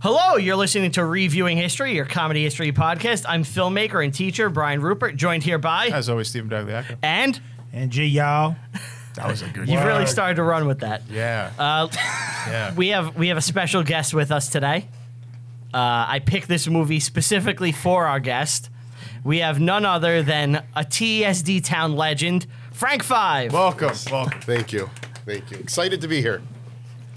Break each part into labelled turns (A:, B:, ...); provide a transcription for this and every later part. A: Hello, you're listening to Reviewing History, your comedy history podcast. I'm filmmaker and teacher Brian Rupert, joined here by
B: As always, Stephen Dagliaco.
A: and
C: And gee, y'all.
B: That was a good
A: you've
B: one.
A: really started to run with that.
B: Yeah.
A: Uh,
B: yeah.
A: we have we have a special guest with us today. Uh, I picked this movie specifically for our guest. We have none other than a TSD town legend, Frank Five.
B: welcome. Welcome.
D: Thank you. Thank you. Excited to be here.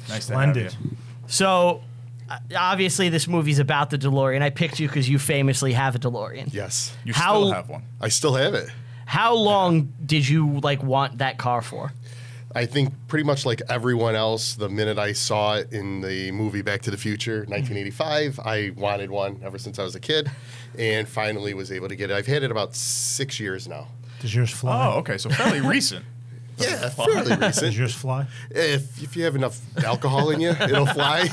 B: Nice to
C: Splendid.
B: have you.
A: So, uh, obviously, this movie's about the DeLorean. I picked you because you famously have a DeLorean.
D: Yes.
B: You
A: How-
B: still have one.
D: I still have it.
A: How long did you like want that car for?
D: I think pretty much like everyone else, the minute I saw it in the movie Back to the Future,
A: Mm-hmm.
D: 1985, I wanted one ever since I was a kid and finally was able to get it. I've had it about six years now.
C: Does yours fly?
B: Oh, okay. So fairly recent.
D: Yeah, fairly
C: Does
D: recent.
C: yours fly?
D: If, if you have enough alcohol in you, it'll fly.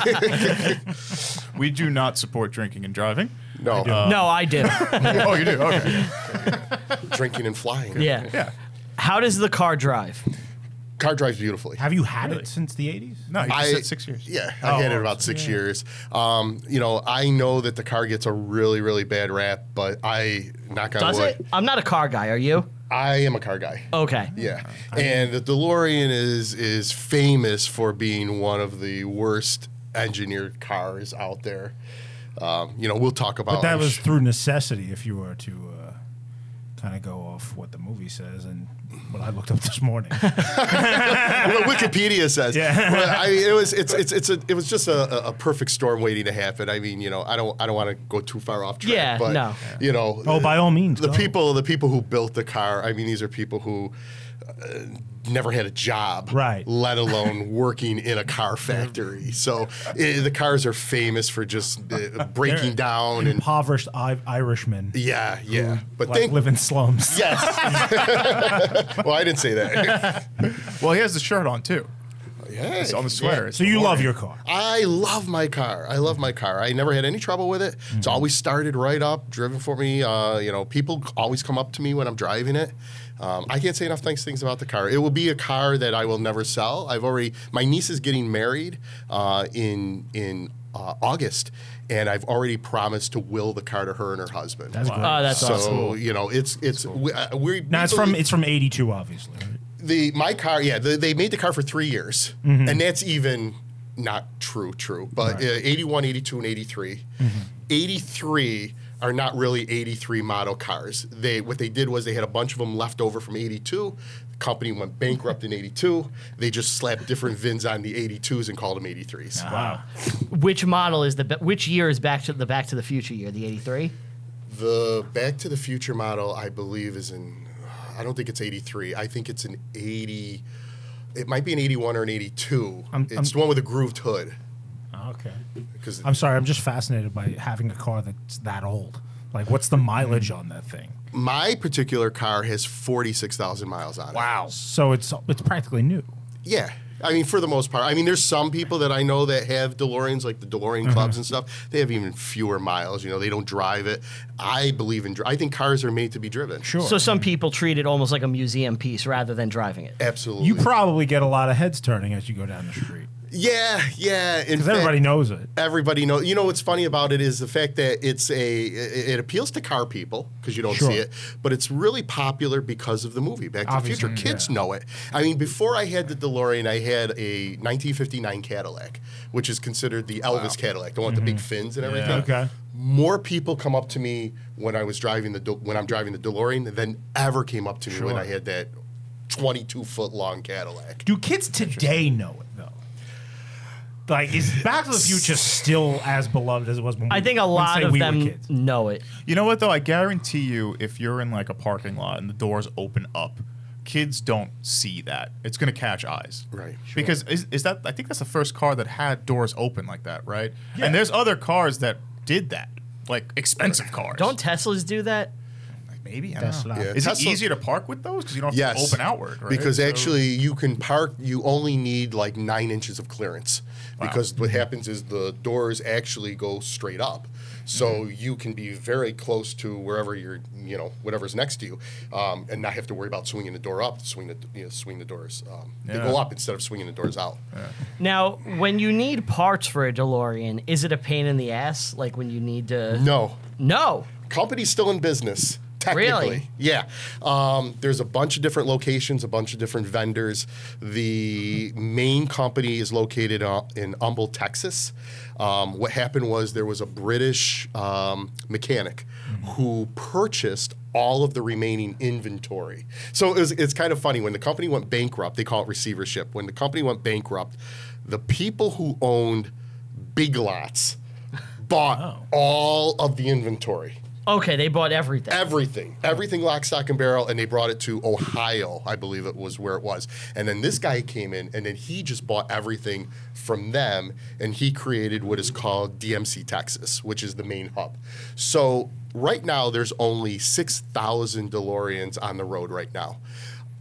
B: We do not support drinking and driving.
D: no,
B: Um,
A: no, I do.
B: oh, you do? Okay.
D: drinking and flying.
A: yeah.
B: Yeah.
A: How does the car drive?
D: Car drives beautifully.
C: Have you had
B: Really?
C: it since the 80s?
B: No, you just
D: I-
B: said six years. Oh.
D: Yeah,
C: Oh,
D: I had it about six years. Um, you know, I know that the car gets a really, really bad rap, but I knock on
A: Does
D: wood.
A: it? I'm not a car guy. Are you?
D: I am a car guy.
A: Okay.
D: Yeah, and the DeLorean is is famous for being one of the worst engineered cars out there. Um, you know, we'll talk about
C: But that was through necessity if you were to uh, kind of go off what the movie says and what I looked up this morning.
D: what Wikipedia says.
C: Yeah.
D: But, I mean, it was it's it's it's a, it was just a, a- a perfect storm waiting to happen. I mean, you know, I don't I don't want to go too far off track.
A: Yeah,
D: but,
A: no.
D: You know.
C: Oh, by all means,
D: the
C: go.
D: people the people who built the car. I mean, these are people who. Uh, never had a job,
C: Right.
D: Let alone working in a car factory. So i the cars are famous for just uh, breaking down and
C: Impoverished I- Irishmen.
D: yeah, yeah. But
C: Like
D: thank
C: live in slums.
D: yes. well, I didn't say that.
B: Well, he has the shirt on, too.
D: yeah,
B: It's on the sweater. It's
C: So
B: the
C: you
B: Lord.
C: love your car.
D: I love my car. I love my car. I never had any trouble with it.
C: Mm-hmm.
D: It's always started right up, driven for me. Uh, you know, people always come up to me when I'm driving it. Um, I can't say enough nice things about the car. It will be a car that I will never sell. I've already my niece is getting married uh, in in uh, August, and I've already promised to will the car to her and her husband.
C: That's great.
A: Oh, that's
D: so
A: awesome.
D: you know, it's it's we, uh, we
C: now
D: we
C: it's from
D: believe-
C: it's from 82 obviously. right?
D: the my car yeah the, they made the car for three years and that's even not true true but uh, 81 82 and 83 83 are not really 83 model cars they what they did was they had a bunch of them left over from 82 the company went bankrupt in 82 they just slapped different vins on the 82s and called them 83s
C: Wow.
A: Which model is the be- which year is back to the Back to the Future year? The '83.
D: the back to the future model i believe is in i don't think it's 83 i think it's an 80 it might be an 81 or an 82
C: I'm-
D: it's the one with a grooved hood
C: Okay.
D: because
C: I'm sorry, I'm just fascinated by having a car that's that old. Like what's the mileage on that thing?
D: my particular car has 46,000 miles on it.
B: Wow.
C: So it's it's practically new.
D: Yeah. I mean, for the most part. I mean, there's some people that I know that have DeLoreans, like the DeLorean
C: Uh-huh.
D: clubs and stuff. They have even fewer miles. You know, they don't drive it. I believe in. dri- I think cars are made to be driven.
C: Sure.
A: So some people treat it almost like a museum piece rather than driving it.
D: Absolutely.
C: you probably get a lot of heads turning as you go down the street
D: yeah, yeah. In
C: because
D: fact-
C: everybody knows it.
D: everybody knows. You know what's funny about it is the fact that it's a it, it appeals to car people because you don't
C: Sure.
D: see it, but it's really popular because of the movie Back to
C: Obviously,
D: the Future. Kids know it. I mean, before I had the DeLorean, I had a 1959 Cadillac, which is considered the Elvis Cadillac, the one with the big fins and everything.
C: Mm-hmm. Okay.
D: More people come up to me when I was driving the De- when I'm driving the DeLorean than ever came up to me when I had that 22 foot long Cadillac.
C: Do kids today know it though? Like is Back to the Future still as beloved as it was when we
A: I think a
C: when,
A: lot
C: say,
A: of
C: we were
A: them
C: kids?
A: know it.
B: You know what though? I guarantee you, if you're in like a parking lot and the doors open up, kids don't see that. It's gonna catch eyes,
D: Right.
B: Because is, is that? I think that's the first car that had doors open like that, right?
C: Yeah.
B: And there's other cars that did that, like expensive cars.
A: Don't Teslas do that?
B: Maybe. Maybe I don't
C: Tesla.
B: know.
C: Yeah,
B: Is
D: Tesla-
B: it easier to park with those because you don't have
D: Yes.
B: to open outward? Right?
D: Because
B: So-
D: actually, you can park, you only need like nine inches of clearance. Because what happens is the doors actually go straight up. So
B: Mm-hmm.
D: you can be very close to wherever you're, you know, whatever's next to you, um, and not have to worry about swinging the door up. Swing the, you know, swing the doors. Um, They go
B: Yeah.
D: up instead of swinging the doors out.
A: Now, when you need parts for a DeLorean, is it a pain in the ass? Like when you need to.
D: No,
A: No.
D: company's still in business. Technically,
A: Really?
D: yeah. Um, there's a bunch of different locations, a bunch of different vendors. The main company is located uh, in Humble, Texas. Um, what happened was there was a British um, mechanic who purchased all of the remaining inventory. So it was, it's kind of funny when the company went bankrupt. They call it receivership. When the company went bankrupt, the people who owned big lots bought all of the inventory.
A: Okay, they bought everything.
D: Everything, everything lock, stock, and barrel, and they brought it to Ohio, I believe it was where it was. And then this guy came in, and then he just bought everything from them, and he created what is called DMC Texas, which is the main hub. So right now, there's only 6,000 DeLoreans on the road right now.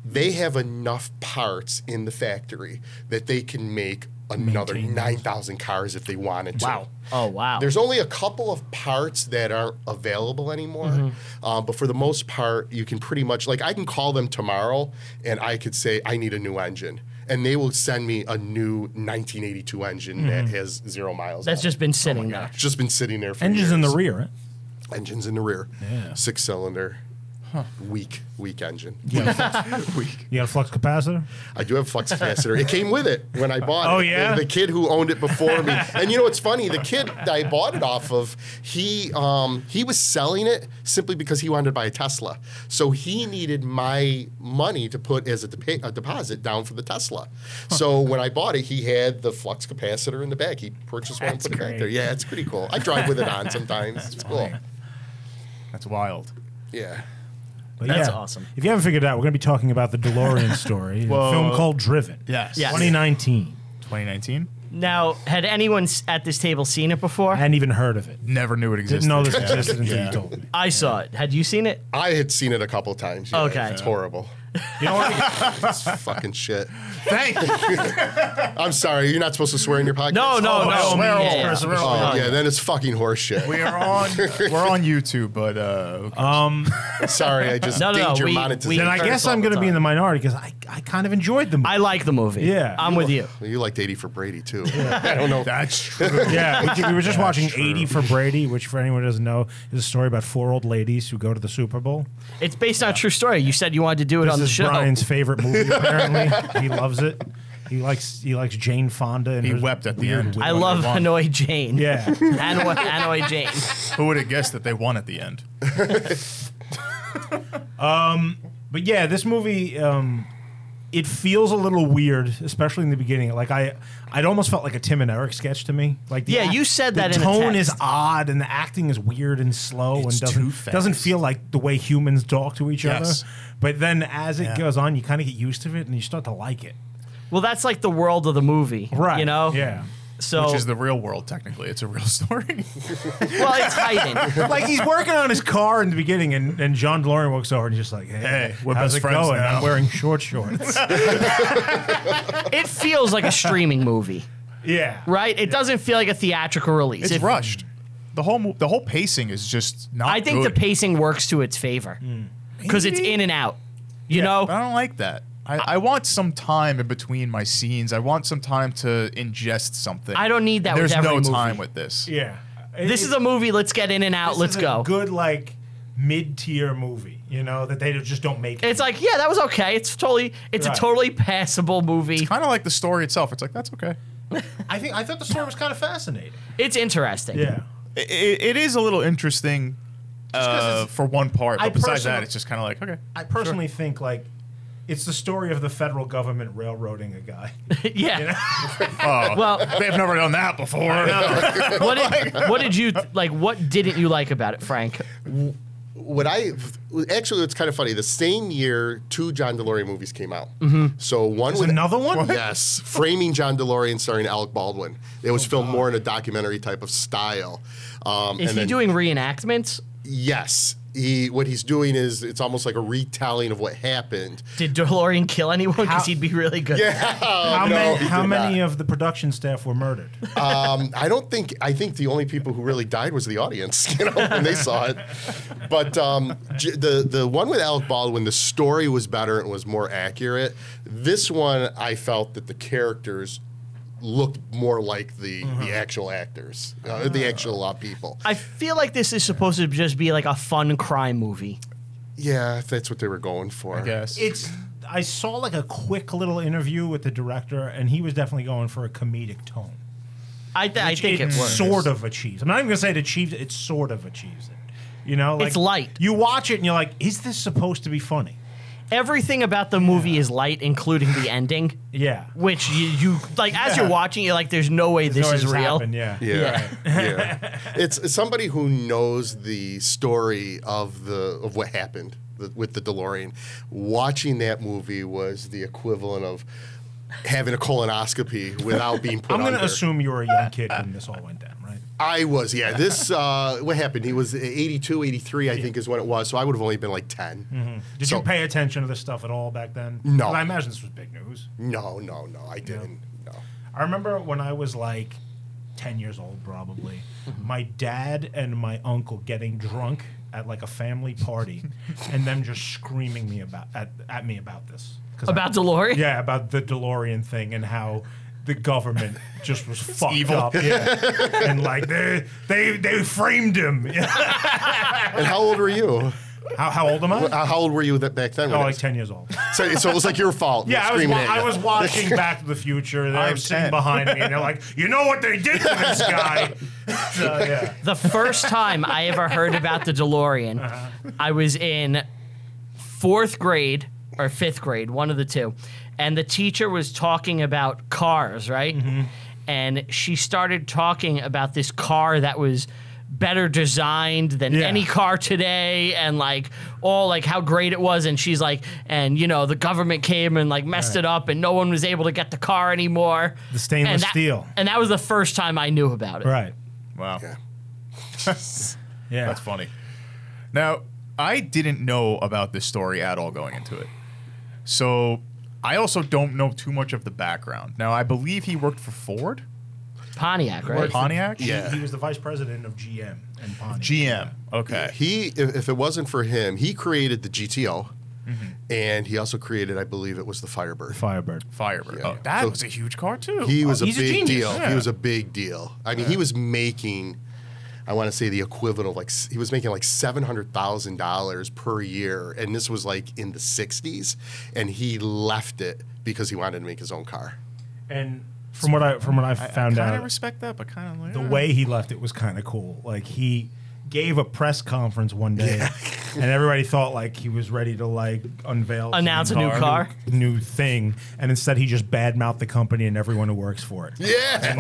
D: They have enough parts in the factory that they can make another 9,000 cars if they wanted to.
A: Wow. Oh, wow.
D: There's only a couple of parts that aren't available anymore,
C: Mm-hmm.
D: um, but for the most part, you can pretty much like I can call them tomorrow and I could say I need a new engine, and they will send me a new 1982 engine that
C: Mm-hmm.
D: has zero miles.
A: That's
D: on it.
A: just been sitting there.
D: It's just been sitting there. for
C: Engines in the
D: years.
C: rear, right?
D: Engines in the rear.
C: Yeah.
D: Six cylinder. Weak, weak engine. weak.
C: You got a flux capacitor?
D: I do have a flux capacitor. It came with it when I bought it.
C: Oh, yeah?
D: The, the kid who owned it before me. And you know what's funny? The kid that I bought it off of, he um, he was selling it simply because he wanted to buy a Tesla. So he needed my money to put as a, depa- a deposit down for the Tesla. So when I bought it, he had the flux capacitor in the back. He purchased one and
C: That's
D: put it back
C: great.
D: there. Yeah, it's pretty cool. I drive with it on sometimes. It's cool.
B: that's wild.
D: Yeah.
C: But
A: That's awesome.
C: If you haven't figured it out, we're going to be talking about the DeLorean story,
B: Well-
C: a film called Driven.
B: Yes.
A: Yes.
C: 2019.
B: 2019.
A: Now, had anyone s- at this table seen it before?
C: I hadn't even heard of it.
B: Never knew it existed.
C: Didn't know this
B: Yeah.
C: existed until
B: Yeah.
C: you told me.
A: I saw it. Had you seen it?
D: I had seen it a couple times. yeah.
A: Okay.
D: It's horrible.
C: You know what?
D: It's fucking shit.
B: Thank you.
D: I'm sorry. You're not supposed to swear in your podcast.
A: No, no, no.
B: Oh,
A: Yeah,
B: no, we're all
A: yeah.
B: Chris, we're all-
D: Oh yeah, then it's fucking horseshit.
B: We are on. We're on YouTube, but uh,
D: Sorry, I just
A: No, no,
D: dinged your
A: we- we-
D: monetization.
C: Then I
A: Curse
C: guess
A: all
C: I'm
A: the
C: going to be in
A: time.
C: the minority because I, I kind of enjoyed them.
A: I like the movie.
C: Yeah.
A: I'm with you.
D: Well, you liked 80 for Brady too. I don't know.
B: that's true.
C: yeah, we, we were just watching
B: true.
C: 80 for Brady, which for anyone who doesn't know is a story about four old ladies who go to the Super Bowl.
A: It's based on a true story. You said you wanted to do it
C: This
A: on the
C: is
A: show.
C: Brian's favorite movie. Apparently, he loves it. He likes he likes Jane Fonda. And
B: He
C: her
B: wept at the
C: weird
B: end.
C: wig.
A: I
B: When they
A: love
B: won.
A: Hanoi Jane.
C: Yeah,
A: Hanoi, Hanoi Jane.
B: Who would have guessed that they won at the end?
C: but yeah, this movie um, it feels a little weird, especially in the beginning. Like I, I'd almost felt like a Tim and Eric sketch to me. Like the
A: Yeah,
C: act-
A: you said
C: the
A: that in a
C: tone
A: text.
C: is odd and the acting is weird and slow
B: It's
C: and doesn't
B: too fast.
C: doesn't feel like the way humans talk to each
B: Yes.
C: other. But then as it
B: Yeah.
C: goes on, you kind of get used to it and you start to like it.
A: Well, that's like the world of the movie.
C: Right?
A: You know?
C: Yeah.
A: So,
B: Which is the real world, technically. It's a real story.
A: well, it's heightened.
C: like he's working on his car in the beginning, and, and John DeLorean walks over and he's just like, "Hey,
B: Hey, we're
C: how's
B: best
C: it
B: friends
C: going?
B: now."
C: I'm wearing short shorts."
A: it feels like a streaming movie,
C: yeah,
A: right? It doesn't feel like a theatrical release.
B: It's
A: It-
B: rushed. The whole mo- the whole pacing is just not.
A: I think
B: good.
A: the pacing works to its favor
C: Hmm.
A: because it's
B: Maybe?
A: in and out. You
B: Yeah,
A: know?
B: but I don't like that. I, I want some time in between my scenes. I want some time to ingest something.
A: I don't need that with
B: There's
A: every
B: no
A: movie.
B: time with this.
C: yeah.
A: this is a movie. Let's get in and out.
C: this
A: Oh, Let's
C: is a
A: go.
C: good like mid tier movie, you know, that they just don't make.
A: it's like, yeah, that was okay. It's totally, it's
C: Right.
A: a totally passable movie.
B: Kind of like the story itself. It's like that's okay.
C: I think I thought the story was kind of fascinating.
A: It's interesting.
C: Yeah,
B: I- I- it is a little interesting uh, for one part, but
C: I
B: besides that,
C: personal-
B: it's just kind of like okay.
C: I personally think like it's the story of the federal government railroading a guy.
A: yeah.
B: Oh,
A: Well,
B: they've never done that before.
A: what did, what did you like? What didn't you like about it, Frank?
D: What I actually, it's kind of funny. The same year, two John DeLorean movies came out.
A: Mm-hmm.
D: So one was
C: another one?
D: Yes, Framing John DeLorean, starring Alec Baldwin. It was filmed more in a documentary type of style. Um,
A: Is he
D: and then-
A: doing reenactments?
D: Yes. he what he's doing is it's almost like a retelling of what happened.
A: Did DeLorean kill anyone? Because
C: How-
A: he'd be really good. Yeah.
C: How,
D: no,
C: many,
D: he
C: how
D: did
C: many of the production staff were murdered?
D: Um, I don't think I think the only people who really died was the audience, you know, when they saw it. But um, j- the the one with Alec Baldwin, the story was better and was more accurate. This one, I felt that the characters looked more like the
B: Mm-hmm.
D: the actual actors,
B: Ah.
D: uh, the actual uh, people.
A: I feel like this is supposed to just be like a fun crime movie.
D: Yeah, if that's what they were going for.
B: I guess.
C: It's. I saw like a quick little interview with the director, and he was definitely going for a comedic tone.
A: I, th- I think it,
C: it
A: works.
C: sort of achieves. I'm not even gonna say it achieves. It sort of achieves it. You know, like
A: It's light.
C: You watch it and you're like, is this supposed to be funny?
A: Everything about the movie is light, including the ending,
C: Yeah.
A: which you, you like as
C: Yeah.
A: you're watching, you're like, "There's no way
C: No,
A: this
C: it's
A: is real."
C: happened, yeah.
D: Yeah, yeah. It's, it's somebody who knows the story of the of what happened th- with the DeLorean. Watching that movie was the equivalent of having a colonoscopy without being put
C: I'm gonna
D: under.
C: assume you were a young kid when this all went down, right?
D: I was, yeah. This uh, what happened? He was 82, 83, I think is what it was. So I would have only been like 10.
C: Mm-hmm. Did
D: So-
C: you pay attention to this stuff at all back then?
D: No.
C: And I imagine this was big news.
D: No, no, no. I didn't. No.
C: I remember when I was like 10 years old, probably,
D: Mm-hmm.
C: my dad and my uncle getting drunk at like a family party and them just screaming me about at, at me about this. 'Cause I-
A: About DeLorean?
C: Yeah, about the DeLorean thing and how the government just was fucked
B: evil.
C: up. Yeah. and like they they they framed him.
D: And how old were you? Uh,
C: how, how old am I?
D: How how old were you that back then?
C: Oh,
D: when it
C: like 10 years old.
D: was- so, so it was like your fault.
C: Yeah, I was,
D: Screaming
C: wa-
D: at
C: I
D: you.
C: was watching Back to the Future. They're
B: I'm
C: sitting
B: 10.
C: behind me, and they're like, "You know what they did to this guy?" So, yeah.
A: The first time I ever heard about the DeLorean,
C: Uh-huh.
A: I was in fourth grade or fifth grade, one of the two, and the teacher was talking about cars, right?
C: Mm-hmm.
A: And she started talking about this car that was better designed than
C: Yeah.
A: any car today and like all like how great it was and she's like and you know the government came and like messed it up and no one was able to get the car anymore
C: The stainless
A: and that,
C: steel.
A: and that was the first time i knew about it
C: Right.
B: wow.
D: Yeah.
C: Yeah.
B: That's funny. Now, I didn't know about this story at all going into it. So I also don't know too much of the background. Now, I believe he worked for Ford
A: pontiac
B: or
A: right
B: Pontiac?
D: Yeah.
C: He was the vice president of GM and Pontiac.
B: GM. Okay.
D: Uh, He, if, if it wasn't for him, he created the GTO, and he also created, I believe, it was the Firebird.
C: Firebird.
B: Firebird.
D: Yeah.
B: Oh, that
D: So-
B: was a huge car, too.
D: He
B: Oh,
D: was a
B: he's
D: big
B: genius.
D: deal.
B: Yeah.
D: He was a big deal. I mean, he was making, I want to say the equivalent of like s- he was making like seven hundred thousand dollars per year, and this was like in the '60s, and he left it because he wanted to make his own car.
C: And from what I from what I found
B: kind
C: out,
B: of respect that, but kind of like,
C: the
B: eh.
C: way he left it was kind of cool. Like he gave a press conference one day, and everybody thought like he was ready to like unveil,
A: Announce a new car?
C: new, new thing, and instead he just badmouthed the company and everyone who works for it.
D: Yeah,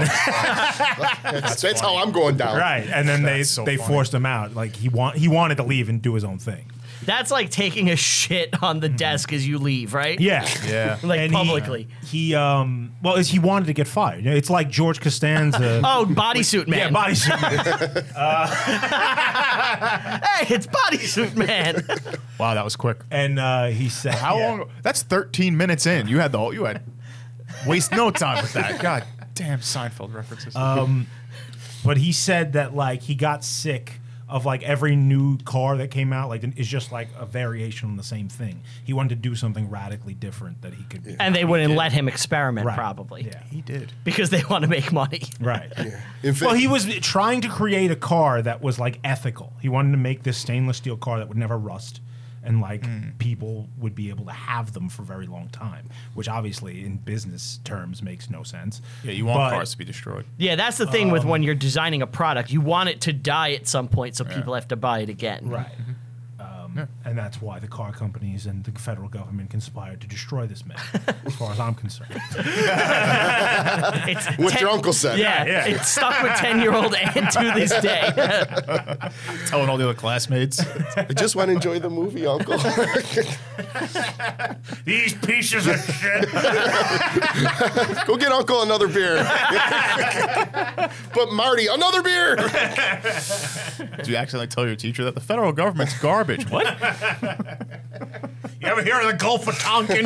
D: that's, that's how I'm going down.
C: Right, and then they
B: That's so
C: they
B: funny.
C: forced him out. Like he want he wanted to leave and do his own thing.
A: That's like taking a shit on the desk as you leave, right?
C: Mm-hmm. Yeah,
B: Yeah.
A: Like
C: And he-
A: publicly.
C: He um well, is he wanted to get fired? You know, It's like George Costanza.
A: Oh, bodysuit man.
C: yeah, bodysuit. man.
A: hey, it's bodysuit man.
B: wow, that was quick.
C: and uh, he said,
B: How
C: yeah.
B: long? That's 13 minutes in. You had the whole, you had waste no time with that. God damn Seinfeld references.
C: But he said that like he got sick of like every new car that came out like is just like a variation on the same thing. He wanted to do something radically different that he could.
A: and they wouldn't let him experiment,
C: Right.
A: probably.
C: Yeah.
B: he did.
A: Because they want to make money.
C: Right.
D: In fact,
C: Well, he was trying to create a car that was like ethical. He wanted to make this stainless steel car that would never rust and like people would be able to have them for a very long time, which obviously in business terms makes no sense.
B: Yeah, you want
C: But-
B: cars to be destroyed.
A: Yeah, that's the thing with
C: Um.
A: when you're designing a product. You want it to die at some point so people have to buy it again.
C: Right. Um, Um, And that's why the car companies and the federal government conspired to destroy this man, as far as I'm concerned.
A: It's
D: What
A: ten-
D: your uncle said.
A: Yeah,
B: Yeah.
A: it's stuck with ten-year-old Ann to this day.
B: Telling all the other classmates.
D: I just want to enjoy the movie, Uncle.
C: These pieces of shit.
D: Go get Uncle another beer. but Marty, another beer.
B: Do you accidentally tell your teacher that the federal government's garbage? What?
C: You ever hear of the Gulf of Tonkin?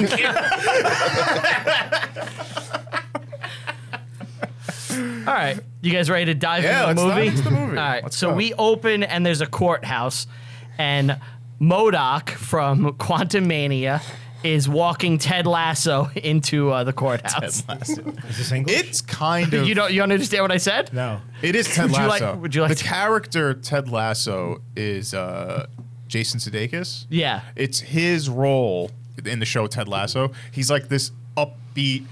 A: All right, you guys ready to dive
B: Yeah,
A: into the
B: let's dive
A: movie?
B: into the movie.
A: All right,
B: Let's
A: so
B: go.
A: we open and there's a courthouse, and Modoc from Quantum Mania is walking Ted Lasso into uh, the courthouse.
C: Is this English?
B: It's kind of.
A: You don't you don't understand what I said?
C: no.
B: It is Ted
A: Would you like-
B: Lasso.
A: would you like
B: the
A: to-
B: character Ted Lasso is uh, Jason Sudeikis?
A: Yeah.
B: It's his role in the show Ted Lasso. He's like this upbeat,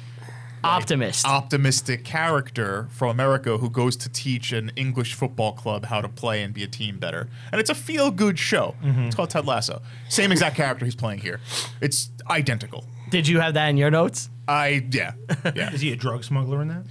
A: Optimist.
B: optimistic character from America who goes to teach an English football club how to play and be a team better. And it's a feel-good show.
A: Mm-hmm.
B: It's called Ted Lasso. Same exact character he's playing here. It's identical.
A: Did you have that in your notes?
B: I yeah yeah.
C: Is he a drug smuggler in that?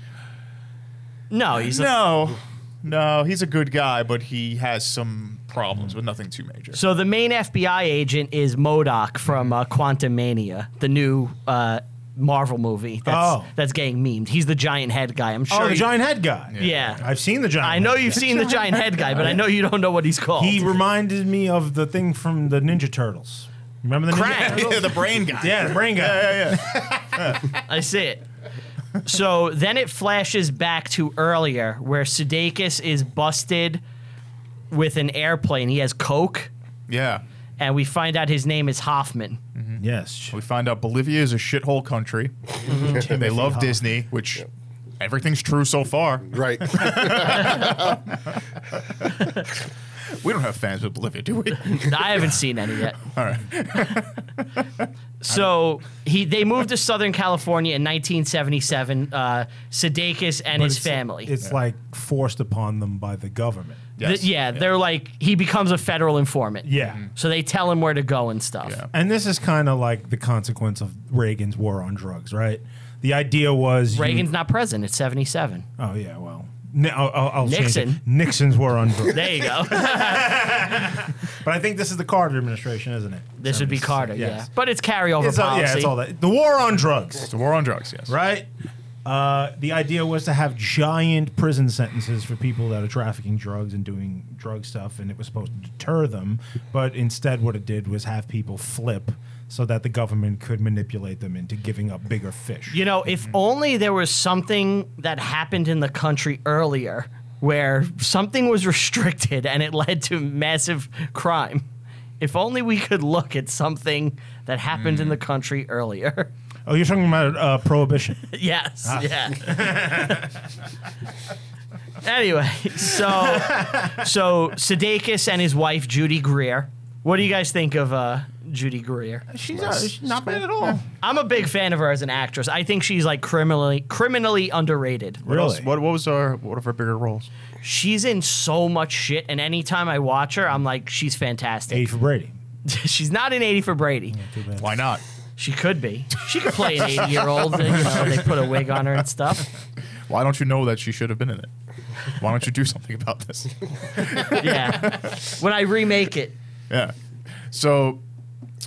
A: No, he's a-
B: no. No, he's a good guy, but he has some problems, but nothing too major.
A: So the main FBI agent is Modoc from uh, Quantum Mania, the new uh, Marvel movie that's,
C: Oh.
A: that's getting memed. He's the giant head guy. I'm sure.
C: Oh, the
A: you-
C: giant head guy.
A: Yeah.
C: I've seen the giant.
A: I know
C: head
A: you've
C: guy.
A: seen the giant head guy, but I know you don't know what he's called.
C: He reminded me of the thing from the Ninja Turtles. Remember the
A: Krang.
C: Ninja Turtles?
B: the brain guy.
C: yeah, the brain guy.
A: I see it. So then it flashes back to earlier where Sudeikis is busted with an airplane. He has coke,
B: Yeah.
A: and we find out his name is Hoffman.
C: Yes.
B: We find out Bolivia is a shithole country.
C: Mm-hmm.
B: they love Disney, which everything's true so far.
D: Right.
B: We don't have fans with Bolivia, do we?
A: I haven't seen any yet. All right. so he they moved to Southern California in 1977. Uh, Sudeikis and his
C: It's-
A: family.
C: It's like forced upon them by the government.
A: The- yeah, they're like he becomes a federal informant.
C: Yeah.
A: So they tell him where to go and stuff.
B: Yeah.
C: And this is kind of like the consequence of Reagan's war on drugs, right? The idea was you-
A: Reagan's not president. It's 77.
C: oh yeah, well, Ni- I'll, I'll, I'll change it.
A: Nixon.
C: Nixon's war on drugs.
A: There you go.
C: but I think this is the Carter administration, isn't it?
A: This would be Carter,
C: Yes.
A: yeah. But it's carryover
C: It's all,
A: policy.
C: yeah, it's all that. The war on drugs.
B: It's a war on drugs, yes.
C: right? Uh, the idea was to have giant prison sentences for people that are trafficking drugs and doing drug stuff, and it was supposed to deter them. But instead, what it did was have people flip so that the government could manipulate them into giving up bigger fish.
A: You know, if only there was something that happened in the country earlier where something was restricted and it led to massive crime. If only we could look at something that happened in the country earlier.
C: Oh, you're talking about uh, prohibition?
A: yes, yeah. anyway, so so Sudeikis and his wife Judy Greer. What do you guys think of uh, Judy Greer?
C: she's, uh, she's not bad at all.
A: I'm a big fan of her as an actress. I think she's like criminally criminally underrated.
B: What else-
C: Really?
B: What, what was our what of our bigger roles?
A: She's in so much shit, and anytime I watch her, I'm like, she's
C: Aid
A: fantastic.
C: for Brady.
A: she's not an 80 for Brady.
B: Why not?
A: She could be. She could play an 80 year old. You know, they put a wig on her and stuff.
B: Why don't you know that she should have been in it? Why don't you do something about this?
A: Yeah. When I remake it,
B: Yeah. So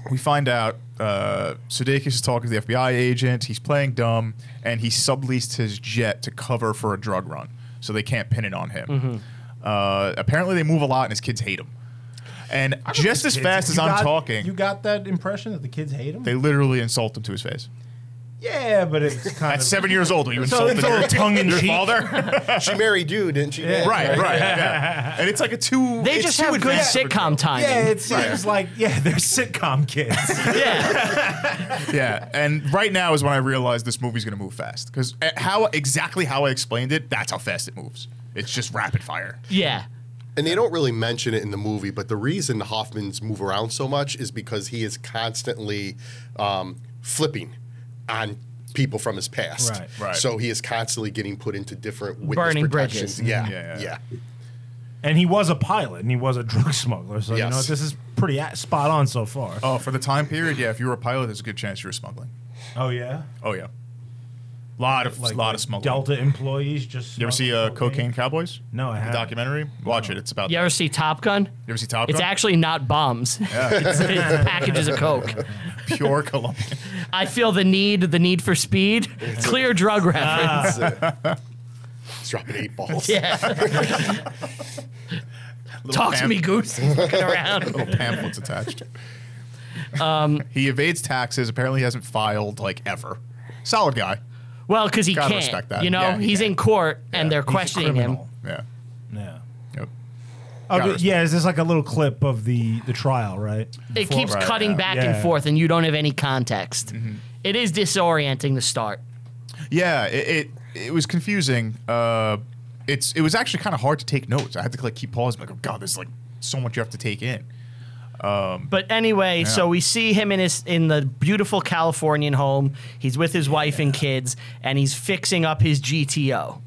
B: we find out uh, Sudeikis is talking to the FBI agent. He's playing dumb, and he subleased his jet to cover for a drug run, so they can't pin it on him.
A: Mm-hmm.
B: Uh, apparently, they move a lot, and his kids hate him. And just as fast as
C: You
B: I'm
C: got-
B: talking,
C: You got that impression that the kids hate him?
B: they literally insult him to his face.
C: yeah, but it's kind
B: At
C: of.
B: seven years old, you
C: so
B: insulted
C: it's a little
B: your,
C: tongue in
B: your
C: cheek.
B: father.
D: She married you, didn't she? Dan?
B: right, right. yeah. And it's like a two.
A: they
B: it's
A: just
B: too
A: have good
B: advanced for-
A: sitcom timing.
C: Yeah, it seems like yeah, they're sitcom kids.
A: Yeah.
B: Yeah, and right now is when I realized this movie's gonna move fast because how exactly how I explained it, that's how fast it moves. It's just rapid fire.
A: Yeah.
D: And they don't really mention it in the movie, but the reason the Hoffmans move around so much is because he is constantly um, flipping on people from his past.
C: Right.
B: Right.
D: So he is constantly getting put into different witness
A: Burning
D: protections.
A: bridges.
D: Yeah,
B: Yeah,
D: yeah.
B: yeah.
C: And he was a pilot, and he was a drug smuggler. So you know
D: Yes.
C: this is pretty a- spot on so far.
B: Oh, for the time period, yeah. If you were a pilot, there's a good chance you were smuggling.
C: oh yeah,
B: Oh yeah, lot of lot
C: like
B: of smuggling.
C: Delta employees just.
B: You ever see uh,
C: smuggled
B: Cocaine Cowboys?
C: No, I
B: The
C: haven't.
B: documentary. Watch it. It's about.
A: You ever see Top Gun?
B: You ever see Top
A: It's
B: Gun?
A: actually not bombs. it's, it's packages of coke.
B: pure Colombian.
A: I feel the need, the need for speed. Clear drug reference.
D: He's dropping eight balls.
A: Yeah.
B: Little
A: Talk to
B: pam-
A: me, goose. Looking around.
B: Little pamphlets attached.
A: Um,
B: he evades taxes. Apparently, hasn't filed like ever. Solid guy.
A: Well, because he
B: Gotta
A: can't.
B: respect that.
A: You know,
B: Yeah, he
A: he's
B: can't.
A: in court and they're
C: He's a
A: questioning him.
C: criminal.
B: Yeah.
C: Yeah.
B: Yep.
C: Oh,
B: Gotta
C: but- yeah, is this like a little clip of the the trial, right?
A: It
C: Before-
A: keeps
B: right,
A: cutting
B: yeah.
A: back
C: Yeah.
A: and forth, and you don't have any context.
B: Mm-hmm.
A: It is disorienting to start.
B: Yeah. It it, it was confusing. Uh, it's it was actually kind of hard to take notes. I had to like keep pausing. Like, oh god, there's like so much you have to take in.
A: But anyway, so we see him in his in the beautiful Californian home. He's with his wife and kids, and he's fixing up his GTO.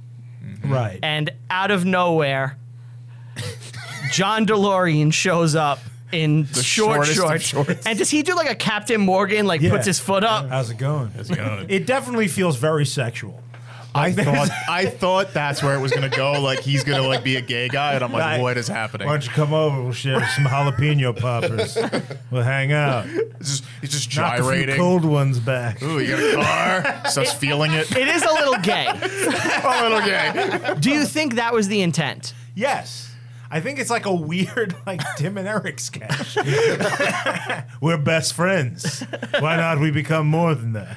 C: right.
A: And out of nowhere, John DeLorean shows up in short
B: shortest of
A: shorts.
B: shorts.
A: And does he do like a Captain Morgan, like
C: Yeah.
A: puts his foot up?
C: How's it going?
B: going?
C: It definitely feels very sexual.
B: I thought I thought that's where it was gonna go. Like he's gonna like be a gay guy, and I'm like,
C: Right.
B: what is
C: Why
B: happening?
C: don't you come over? We'll share some jalapeno poppers. We'll hang out.
B: It's just, he's just
C: Knock a few
B: gyrating.
C: cold ones back.
B: Ooh, you got a car. Starts feeling it.
A: It is a little gay.
B: a little gay.
A: Do you think that was the intent?
C: Yes. I think it's like a weird, like Tim and Eric sketch. We're best friends. Why not we become more than that?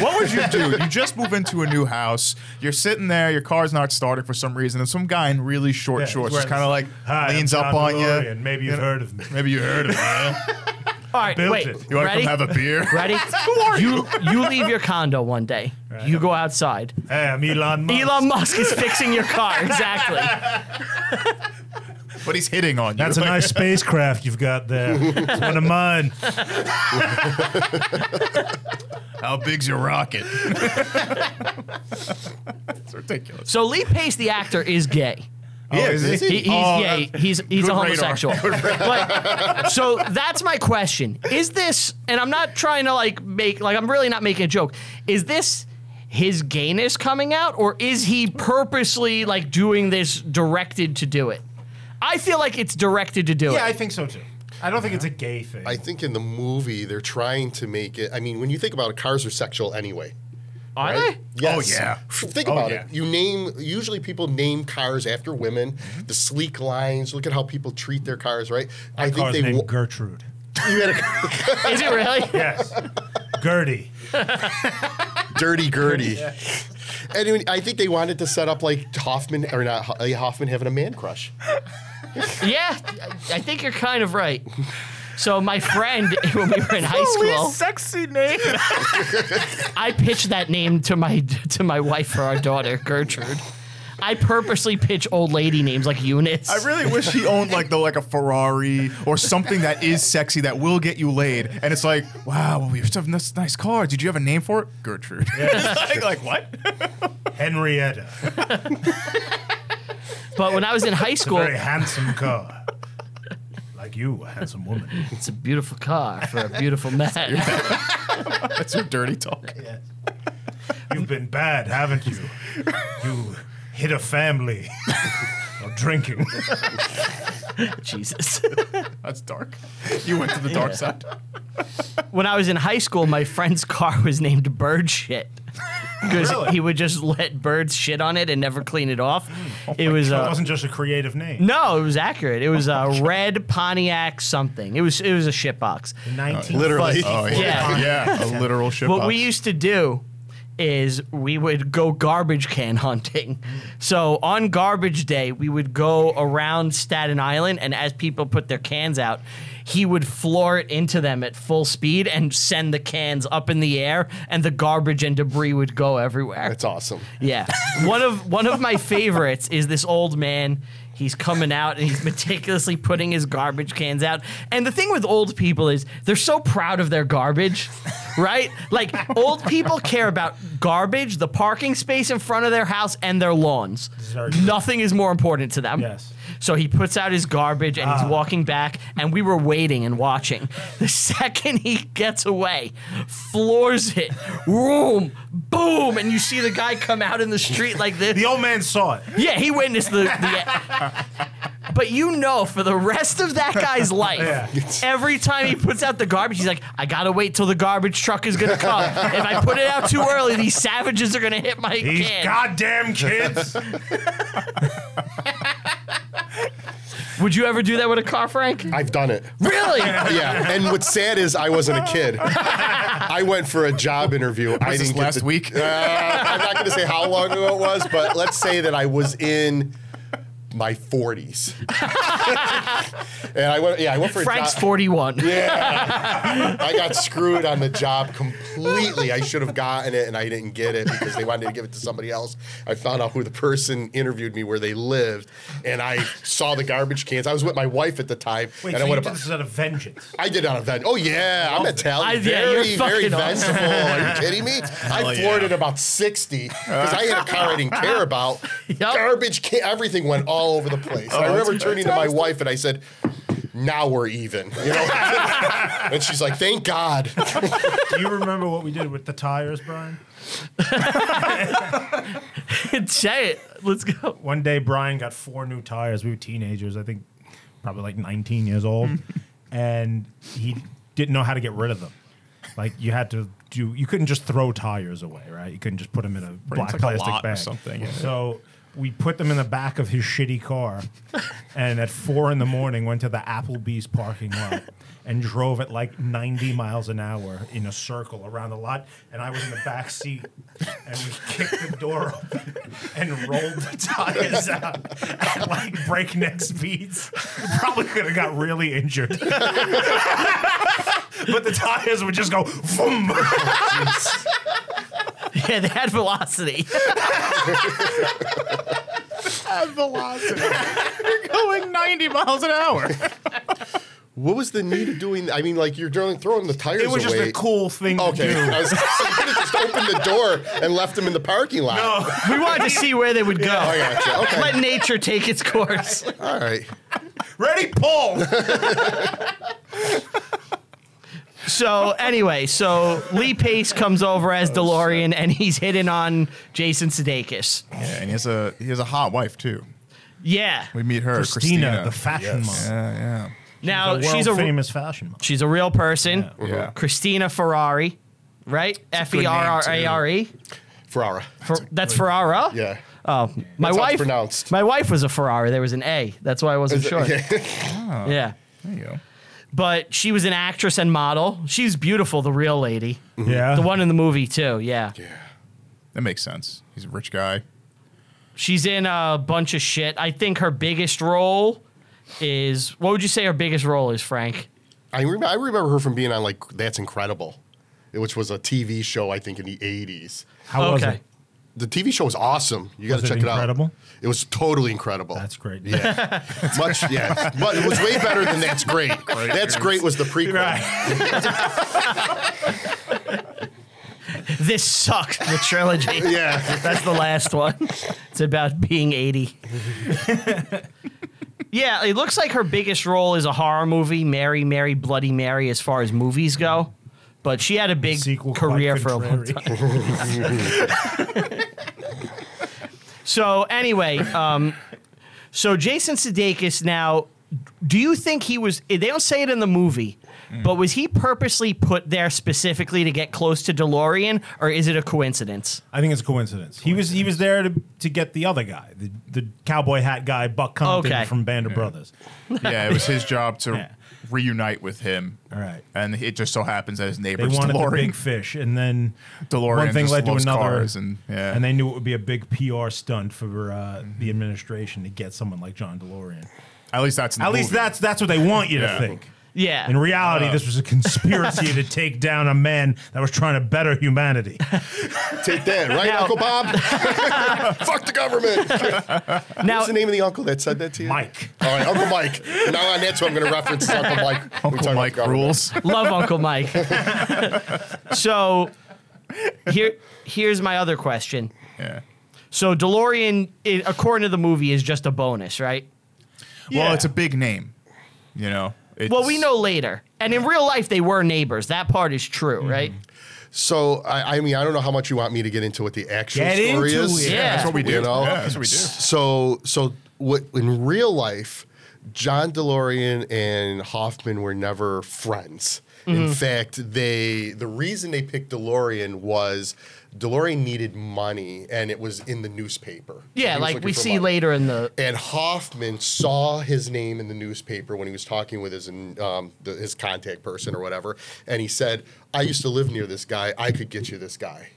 B: What would you do? You just move into a new house. You're sitting there. Your car's not started for some reason, and some guy in really short
C: Yeah,
B: shorts
C: he's
B: just kind of like
C: wearing- Hi, I'm
B: leans up
C: John
B: on
C: DeLorean.
B: you.
C: Maybe you've heard of me.
B: Maybe you heard of him.
A: All right,
C: Built
A: wait.
C: it.
B: You want to
A: ready?
B: come have a beer?
A: Ready? you? You leave your condo one day. You go outside.
C: Hey, I'm Elon Musk.
A: Elon Musk is fixing your car. Exactly.
B: But he's hitting on you.
C: That's a
B: Like,
C: nice spacecraft you've got there. It's one of mine.
B: How big's your rocket? it's ridiculous.
A: So Lee Pace, the actor, is gay.
B: yeah,
C: is
B: is
A: He, he's
B: Oh,
A: gay.
B: that-
A: he's he's a
B: good radar.
A: homosexual. But, so that's my question. Is this? And I'm not trying to like make like I'm really not making a joke. Is this? His gayness coming out, or is he purposely like doing this directed to do it? I feel like it's directed to do it.
C: Yeah, I think so too. I don't think it's a gay thing.
D: I think in the movie they're trying to make it. I mean, when you think about it, cars are sexual anyway.
A: Are
D: right?
A: they?
D: Yes.
B: Oh, yeah.
D: Think
B: Oh,
D: about
B: yeah.
D: it. You name usually people name cars after women.
B: Mm-hmm.
D: The sleek lines. Look at how people treat their cars, right? I think
C: Car's
D: they.
C: named
D: wa-
C: Gertrude.
D: you had a
A: Is it really?
C: Yes. Gertie.
D: dirty Gertie. Anyway, I think they wanted to set up like Hoffman or not Ho- uh, Hoffman having a man crush.
A: Yeah, I- I think you're kind of right. So my friend, when we were in high school,
B: sexy name.
A: I pitched that name to my to my wife for our daughter Gertrude. I purposely pitch old lady names like Eunice.
B: I really wish he owned like the like a Ferrari or something that is sexy that will get you laid. And it's like, wow, well, you have this nice car. Did you have a name for it? Gertrude. like, like, what?
C: Henrietta.
A: but when I was in high school,
C: Very handsome car. Like you, a handsome woman.
A: it's a beautiful car for a beautiful man.
B: That's your dirty talk.
C: You've been bad, haven't you? You hit a family of drinking.
A: Jesus.
B: That's dark. You went to the dark side.
A: When I was in high school, my friend's car was named Bird Shit. Because
C: Really?
A: he would just let birds shit on it and never clean it off. it was
C: That
A: uh,
C: wasn't just a creative name.
A: No, it was accurate. It was a red Pontiac something. It was it was a shitbox.
C: 19
D: Literally.
B: Oh yeah, yeah, a literal ship.
A: What we used to do is we would go garbage can hunting. So on garbage day, we would go around Staten Island, and as people put their cans out, he would floor it into them at full speed and send the cans up in the air, and the garbage and debris would go everywhere.
D: That's awesome.
A: Yeah. One of one of my favorites is this old man. He's coming out and he's meticulously putting his garbage cans out. And the thing with old people is they're so proud of their garbage, right? Like old people care about garbage, the parking space in front of their house, and their lawns.
C: is very true.
A: Nothing is more important to them.
C: Yes.
A: So he puts out his garbage and
C: Ah.
A: he's walking back, and we were waiting and watching. The second he gets away, floors it, boom, boom, and you see the guy come out in the street like this.
C: The old man saw it.
A: Yeah, he witnessed the. the but you know, for the rest of that guy's life,
C: Yeah.
A: every time he puts out the garbage, he's like, I gotta wait till the garbage truck is gonna come. if I put it out too early, these savages are gonna hit my
C: These
A: can.
C: goddamn kids.
A: Would you ever do that with a car, Frank?
D: I've done it.
A: Really?
D: Yeah, and what's sad is I wasn't a kid. I went for a job interview. I
B: Was
D: didn't
B: this
D: get
B: last
D: the-
B: week?
D: Uh, I'm not going to say how long ago it was, but let's say that I was in my 40s. and I went, yeah, I went for
A: Frank's
D: a job.
A: 41.
D: I got screwed on the job completely. I should have gotten it and I didn't get it because they wanted to give it to somebody else. I found out who the person interviewed me where they lived and I saw the garbage cans. I was with my wife at the time
C: Wait,
D: and
C: so
D: I
C: you
D: went
C: did this out of vengeance.
D: I did not a vent. Oh yeah, I'm
A: I-
D: Italian.
A: yeah, you're
D: Very, very
A: fucking awesome.
D: vengeful. Are you kidding me? I
B: yeah.
D: floored at about sixty because I had a car I didn't care about. Garbage can, everything went all over the place. I remember turning to my wife and I said, "Now we're even," you know. and she's like, "Thank God."
C: Do you remember what we did with the tires, Brian?
A: Say it. Let's go.
C: One day, Brian got four new tires. We were teenagers, I think, probably like 19 years old,
B: Mm-hmm.
C: and he didn't know how to get rid of them. Like you had to do, you couldn't just throw tires away, right? You couldn't just put them in a black
B: like a
C: plastic
B: lot or
C: bag
B: something, yeah.
C: So we put them in the back of his shitty car, and at four in the morning, went to the Applebee's parking lot. And drove at like 90 miles an hour in a circle around the lot, and I was in the back seat, and we kicked the door open and rolled the tires out at like breakneck speeds. Probably could have got really injured, but the tires would just go boom.
A: Yeah, they had velocity.
B: velocity. You're going 90 miles an hour.
D: What was the need of doing? I mean, like you're throwing throwing the tires
C: It was
D: away.
C: just a cool thing
D: Okay,
C: to do.
D: I was, so you could have just opened the door and left them in the parking lot.
A: We wanted to see where they would go.
D: I gotcha. Okay.
A: Let nature take its course.
D: All right.
C: Ready, pull.
A: So anyway, so Lee Pace comes over as DeLorean, and he's hitting on Jason Sudeikis.
B: Yeah, and he has a he has a hot wife too.
A: Yeah.
B: We meet her,
C: Christina,
B: Christina.
C: the fashion model.
B: yeah, yeah.
A: Now
C: The world
A: she's a
C: famous fashion model.
A: she's a real person.
B: Yeah. Uh-huh.
A: Christina Ferrari, right? F
B: good
A: E
B: name,
A: R R A R E.
D: Ferrara.
A: Fer- That's Ferrara.
D: Yeah.
A: Oh, my
D: That's how it's
A: wife.
D: pronounced.
A: My wife was a Ferrari. There was an A. That's why I wasn't sure. yeah.
B: There you go.
A: But she was an actress and model. She's beautiful, the real lady.
C: Yeah.
A: The one in the movie too. Yeah.
B: That makes sense. He's a rich guy.
A: She's in a bunch of shit. I think her biggest role is what would you say her biggest role is, Frank?
D: I, rem- I remember her from being on like That's Incredible, which was a TV show I think in the eighties.
C: How was
A: Okay.
C: it?
D: The TV show was awesome. You got to
C: Was it
D: check it
C: incredible?
D: out. It was totally incredible.
C: That's great.
D: Yeah, much. Yeah, but it was way better than That's Great. That's Great was the prequel.
A: This sucks. The trilogy.
D: Yeah,
A: That's the last one. It's about being 80. yeah, it looks like her biggest role is a horror movie, Mary, Mary, Bloody Mary, as far as movies go. But she had a big
C: Sequel quite
A: career for a long
C: contrary.
A: So anyway, um, so Jason Sudeikis now. Do you think he was? They don't say it in the movie, but was he purposely put there specifically to get close to DeLorean, or is it a coincidence?
C: I think it's a coincidence. He was he was there to, to get the other guy, the, the cowboy hat guy, Buck Compton
A: Okay.
C: from Band of Brothers.
B: Yeah, it was his job to
C: Yeah.
B: reunite with him.
C: All right.
B: And it just so happens that his
C: They
B: neighbor's
C: wanted
B: DeLorean.
C: the big fish, and then
B: DeLorean
C: one thing
B: just
C: led to
B: loves
C: another,
B: cars and- yeah.
C: and they knew it would be a big PR stunt for uh,
A: Mm-hmm.
C: the administration to get someone like John DeLorean.
B: At least that's in the
C: At least
B: movie.
C: that's that's what they want you
B: Yeah.
C: to think.
A: Yeah.
C: In reality, this was a conspiracy to take down a man that was trying to better humanity.
D: take that, right,
A: Now-
D: Uncle Bob? Fuck the government.
A: now,
D: What's the name of the uncle that said that to you?
C: Mike.
D: All right, Uncle Mike. Now on that's what I'm going to reference is Uncle Mike. when we talk
B: Uncle
D: about
B: Mike
D: government.
B: rules.
A: love Uncle Mike. so here, here's my other question.
B: yeah.
A: So DeLorean, i according to the movie, is just a bonus, right?
B: Well,
C: Yeah.
B: it's a big name, you know. It's,
A: Well, we know later. And in real life, they were neighbors. That part is true,
D: Mm-hmm.
A: right?
D: So I, I mean, I don't know how much you want me to get into what the actual
C: Get
D: story
C: into
D: is.
C: it.
A: Yeah, that's
B: what we do.
D: You know?
B: Yeah, that's what we do.
D: So so what in real life, John DeLorean and Hoffman were never friends.
A: Mm-hmm.
D: In fact, they the reason they picked DeLorean was DeLorean needed money and it was in the newspaper.
A: Yeah,
D: He was
A: like
D: looking
A: we
D: for
A: see
D: money.
A: later in the.
D: And Hoffman saw his name in the newspaper when he was talking with his um, the, his contact person or whatever, and he said, "I used to live near this guy. I could get you this guy."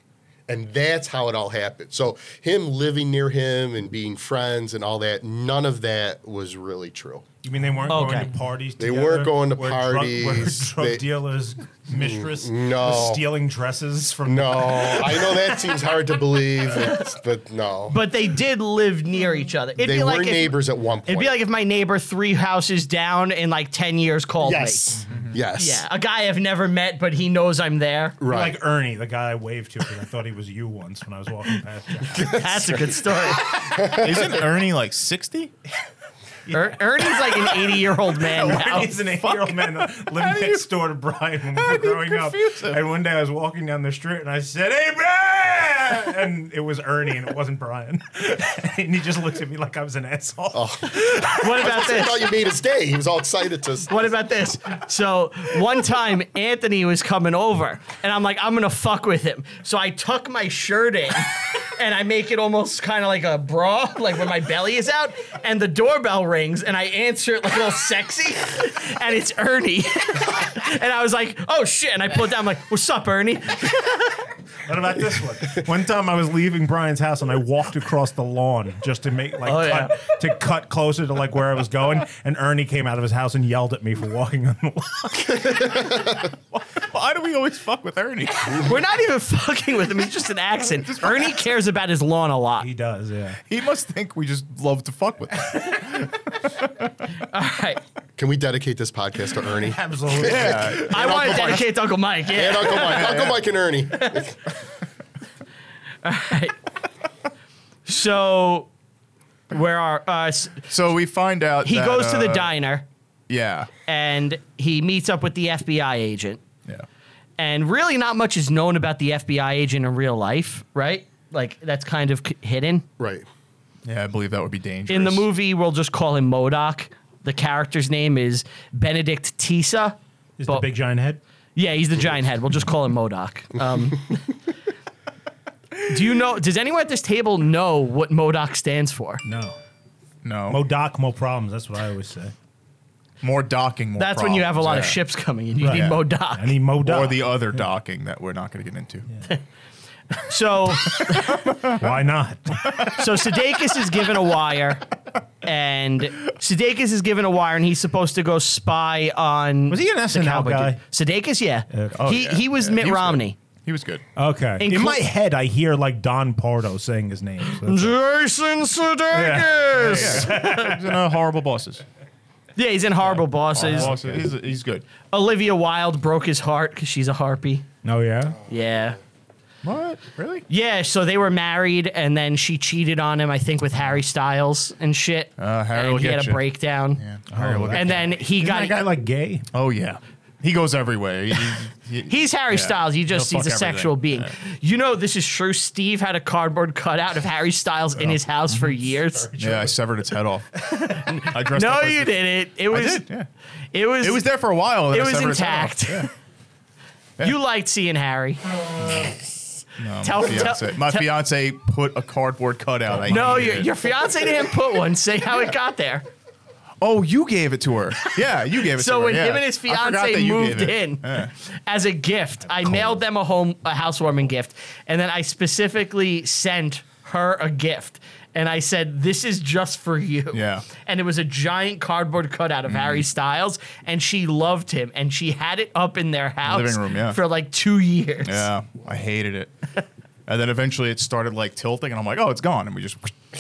D: And that's how it all happened. So him living near him and being friends and all that, none of that was really true.
C: You mean they weren't
A: Okay.
C: going to parties?
D: They
C: together,
D: weren't going to
C: where Drug, where
D: parties,
C: drug
D: they- Mm,
C: dealers, mistress,
D: no.
C: was stealing dresses from.
D: No, I know that seems hard to believe, it's- but no,
A: But they did live near each other. It'd
D: they
A: be
D: were
A: like if-
D: neighbors at one point.
A: It'd be like if my neighbor three houses down in like 10 years called
D: yes, yes,
A: me. Yeah, a guy I've never met, but he knows I'm there.
D: right.
C: Like Ernie, the guy I waved to because I thought he was you once when I was walking past. your house.
A: That's a good story.
E: Isn't Ernie like 60?
A: Er- Ernie's like an 80 year old man now.
C: He's an eight-year-old man that lived next door to Brian when we were
E: do you
C: growing up.
E: confuse them?
C: And one day I was walking down the street and I said, "Hey, Brian!" and it was Ernie and it wasn't Brian. and he just looked at me like I was an asshole.
A: What about
D: I
A: this?
D: thought you made his day. He was all excited to.
A: What about this? So one time Anthony was coming over, and I'm like, I'm gonna fuck with him. So I tuck my shirt in, and I make it almost kind of like a bra, like where my belly is out. And the doorbell rings, and I answer it like a little sexy, and it's Ernie. and I was like, oh shit! And I pulled down, I'm like, what's up, Ernie?
C: What about this one? One time I was leaving Brian's house and I walked across the lawn just to make like
A: Oh,
C: cut, to cut closer to like where I was going, and Ernie came out of his house and yelled at me for walking on the lawn.
E: Why do we always fuck with Ernie?
A: We're not even fucking with him. He's just an accent. Ernie cares about his lawn a lot.
C: He does, yeah.
B: He must think we just love to fuck with. Him.
A: All right.
D: Can we dedicate this podcast to Ernie?
C: Absolutely.
B: Yeah,
A: I want to
D: Uncle Mike.
A: dedicate to Uncle Mike. Yeah.
D: And Uncle Mike, Uncle Mike and Ernie.
A: So where are uh, s-
B: so we find out
A: he
B: that,
A: goes to the
B: uh,
A: diner
B: Yeah,
A: and he meets up with the FBI agent.
B: yeah.
A: And really not much is known about the FBI agent in real life, right? Like that's kind of c- hidden.
D: Right.
B: Yeah, I believe that would be dangerous.
A: In the movie we'll just call him Modoc. The character's name is Benedict Tisa.
C: Is
A: But-
C: the big giant head?
A: Yeah, he's the giant head. We'll just call him Modoc. Um, do you know does anyone at this table know what Modoc stands for?
C: No.
B: no
C: Mo doc, mo problems. That's what I always say.
B: more docking. More
A: That's when you have a lot of
B: problems,
A: ships coming in. You
C: Right.
A: need
B: Yeah.
A: Modoc.
C: I need mo
B: yeah.
C: doc.
B: or the other docking that we're not going to get into.
A: so
C: Why not?
A: So Sudeikis is given a wire, and Sudeikis is given a wire, and he's supposed to go spy on.
C: Was he an
A: the
C: SNL
A: cowboy
C: guy?
A: dude. Sudeikis, yeah.
B: Oh,
A: he
B: yeah,
A: he was
B: yeah,
A: Mitt
B: he good.
A: Romney.
B: He was good.
C: Okay.
A: Inclu-
C: In my head, I hear like Don Pardo saying his name. so that's-
A: Jason Sudeikis. Yeah.
B: Yeah, he's in uh, horrible bosses.
A: he's in Horrible Bosses.
B: Bosses. He's, he's good.
A: Olivia Wilde broke his heart because she's a harpy.
C: oh, yeah?
A: Yeah.
B: What? Really?
A: Yeah, so they were married, and then she cheated on him, I think, with Harry Styles and shit.
B: Uh, Harry
A: and
B: will
A: he had
B: get
A: a
B: you.
A: breakdown.
B: Yeah. All right, we'll get-
A: And then he
C: Isn't
A: got
C: that guy like gay?
B: oh yeah, he goes everywhere. He- he- he-
A: He's Harry
B: yeah.
A: Styles. He just
B: He'll
A: he's a
B: fuck everything.
A: sexual being. You know this is true. Steve had a cardboard cutout of Harry Styles
B: Oh.
A: in his house for
B: Mm-hmm.
A: years.
B: Yeah, I severed its head off. I dressed
A: No,
B: up as
A: you
B: the-
A: didn't. It
B: I
A: was
B: did. Yeah.
A: it was
B: It was there for a while. and
A: It
B: then I
A: was
B: severed its head off.
A: intact.
B: Yeah.
A: You liked seeing Harry.
B: No,
A: Tell-
B: my
A: tell-
B: fiance. my
A: tell-
B: fiance put a cardboard cutout. I
A: No,
B: hated
A: your,
B: it.
A: your fiance didn't put one. Say how it got there.
B: Oh, you gave it to her. Yeah, you gave it to
A: So
B: her.
A: when
B: yeah.
A: him and his
B: I forgot that
A: fiance
B: you
A: moved
B: gave it.
A: in as a gift, I mailed them a home a housewarming gift, and then I specifically sent her a gift. And I said, "This is just for you."
B: Yeah. Mm-hmm.
A: And it was a giant cardboard cutout of Harry Styles, and she loved him, and she had it up in their house
B: Living room, yeah.
A: for like two years.
B: Yeah, I hated it. and then eventually it started like tilting, and I'm like, oh, it's gone, and we just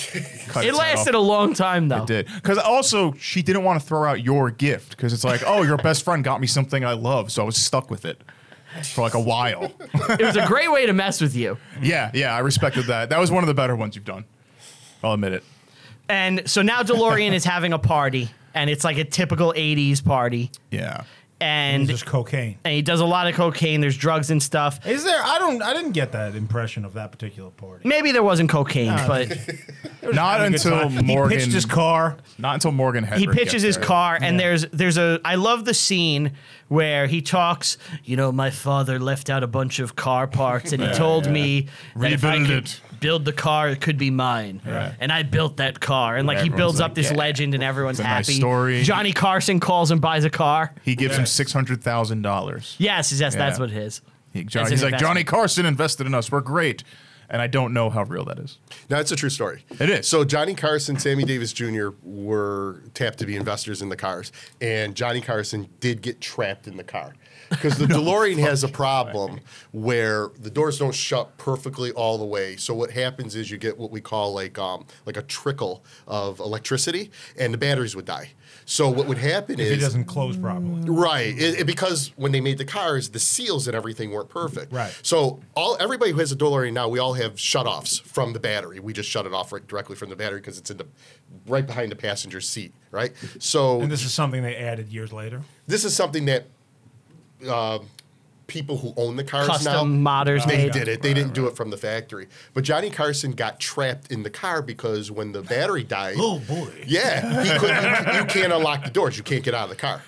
B: cut
A: It lasted a long time though.
B: It did because also she didn't want to throw out your gift because it's like, oh, your best friend got me something I love, so I was stuck with it for like a while.
A: It was a great way to mess with you.
B: yeah, yeah, I respected that. That was one of the better ones you've done. I'll admit it.
A: And so now DeLorean is having a party, and it's like a typical 80s party.
B: Yeah.
A: And,
C: It's just cocaine.
A: and he does a lot of cocaine, there's drugs and stuff.
C: Is there? I don't. I didn't get that impression of that particular party.
A: Maybe there wasn't cocaine,
B: Ah,
A: but
B: Not
C: Having a good
B: until
C: time.
B: Morgan.
C: he pitched his car.
B: Not until Morgan Hedrick.
A: he pitches
B: gets
A: his
B: there.
A: car and there's there's a I love the scene where he talks, you know, my father left out a bunch of car parts and he told me that if I
B: Rebuild
A: could
B: it.
A: build the car it could be mine. And I built that car and like he
B: Everyone's
A: builds
B: like,
A: up this
B: yeah.
A: legend and everyone's
B: It's a nice
A: happy.
B: story.
A: Johnny Carson calls and buys a car.
B: He gives him six hundred thousand dollars.
A: Yes, yes, that's
B: Yeah.
A: what it is.
B: He,
A: As
B: Johnny,
A: an
B: he's like
A: investment.
B: Johnny Carson invested in us. We're great, and I don't know how real that is.
D: No, it's a true story.
B: It is.
D: So Johnny Carson, Sammy Davis Jr. were tapped to be investors in the cars, and Johnny Carson did get trapped in the car because the DeLorean has a problem where the doors don't shut perfectly all the way. So what happens is you get what we call like um, like a trickle of electricity, and the batteries would die. So what would happen
C: If it
D: is
C: doesn't close properly.
D: Right, it, it- because when they made the cars, the seals and everything weren't perfect.
C: Right.
D: So all everybody who has a DeLorean now, we all have shut-offs from the battery. We just shut it off right, directly from the battery because it's in the right behind the passenger seat. Right. So
C: And
D: this,
C: this is something they added years later.
D: is something that uh, people who own the cars now
A: Custom modders
D: they
A: made.
D: did it. They didn't do it from the factory. But Johnny Carson got trapped in the car because when the battery died,
C: Oh. boy!
D: yeah, he couldn't. you can't unlock the doors. You can't get out of the car.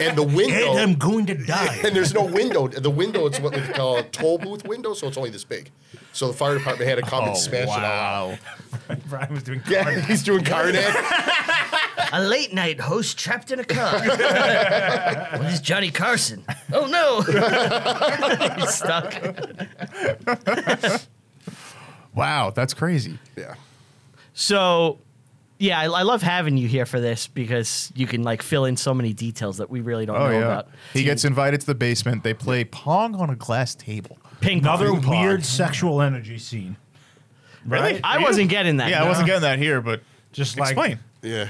D: And the window.
C: going to die.
D: and there's no window. The window it's what we call a toll booth window, so it's only this big. So the fire department had to come and smash it all out.
C: Brian was doing.
D: Yeah, he's doing Carnac.
A: A late night host trapped in a car. what is Johnny Carson? Oh no. He's stuck.
B: Wow, that's crazy.
D: yeah.
A: So, yeah, I, I love having you here for this because you can like fill in so many details that we really don't
B: Oh
A: know
B: yeah.
A: about.
B: He gets invited to the basement. They play pong on a glass table.
A: Ping pong.
C: Another
A: Ping pong.
C: weird sexual energy scene.
E: Really?
C: Right?
A: I
E: Really?
A: wasn't getting that.
E: Yeah, I wasn't getting that here, but
C: Just like
E: explain.
D: Yeah.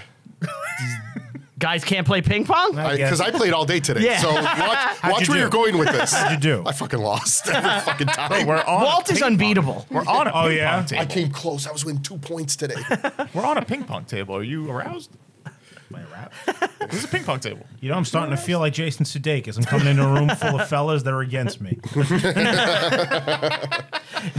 A: Guys can't play ping pong.
D: Because I, played all day today.
A: Yeah.
D: So watch, watch
E: you
D: where
E: do?
D: you're going with this.
C: you do?
D: I fucking lost every fucking time.
B: We're on. a
A: Walt is
B: ping pong-
A: unbeatable.
B: We're on a ping
C: Oh,
B: pong
C: yeah?
D: I
B: table.
D: came close. I was winning two points today.
B: We're on a ping pong table. Are you aroused? This is a ping pong table.
C: You know, I'm starting to feel like Jason Sudeikis. I'm coming into a room full of fellas that are against me.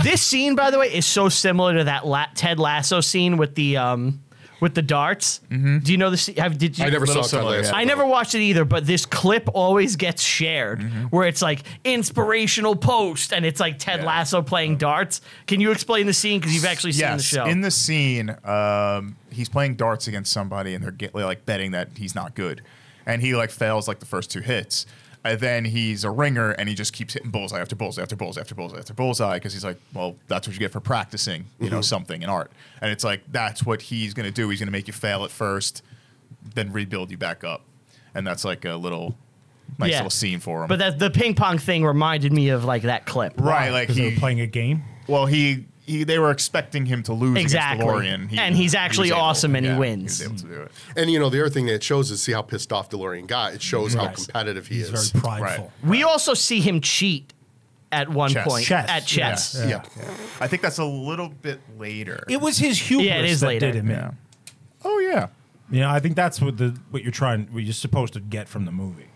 A: This scene, by the way, is so similar to that La- Ted Lasso scene with the um with the darts. Do you know the? sce- Have did you?
D: I never saw
B: Little
D: it
B: similar,
D: last
B: yeah.
A: I never watched it either, but this clip always gets shared
B: Mm-hmm.
A: where it's like inspirational post and it's like Ted
B: Yeah.
A: Lasso playing darts. Can you explain the scene? Because you've actually seen the
B: Yes,
A: show.
B: in the scene, um, he's playing darts against somebody, and they're get, like betting that he's not good, and he like fails like the first two hits, and then he's a ringer, and he just keeps hitting bullseye after bullseye after bullseye after bullseye after bullseye because he's like, well, that's what you get for practicing, you know, something in art, and it's like that's what he's gonna do. He's gonna make you fail at first, then rebuild you back up, and that's like a little nice
A: Yeah.
B: little scene for him.
A: But that the ping pong thing reminded me of like that clip.
B: right, like
C: Because
B: he,
C: they were playing a game.
B: well, he, he they were expecting him to lose
A: Exactly.
B: against DeLorean.
A: And he's
B: was
A: actually
B: able-
A: awesome and he
B: yeah,
A: wins.
B: He was able to do it.
D: And you know, the other thing that it shows is see how pissed off DeLorean got. It shows how
C: Right.
D: competitive he
C: He's
D: is.
C: very prideful.
A: We also see him cheat at one
B: Chess.
A: point
C: Chess,
A: at chess.
C: yeah.
D: yeah.
B: I think that's a little bit later.
C: It was his hubris
A: Yeah, it is
C: that
A: later.
C: did him in.
B: yeah. Oh yeah.
C: You know, I think that's what the what you're trying, what you're supposed to get from the movie.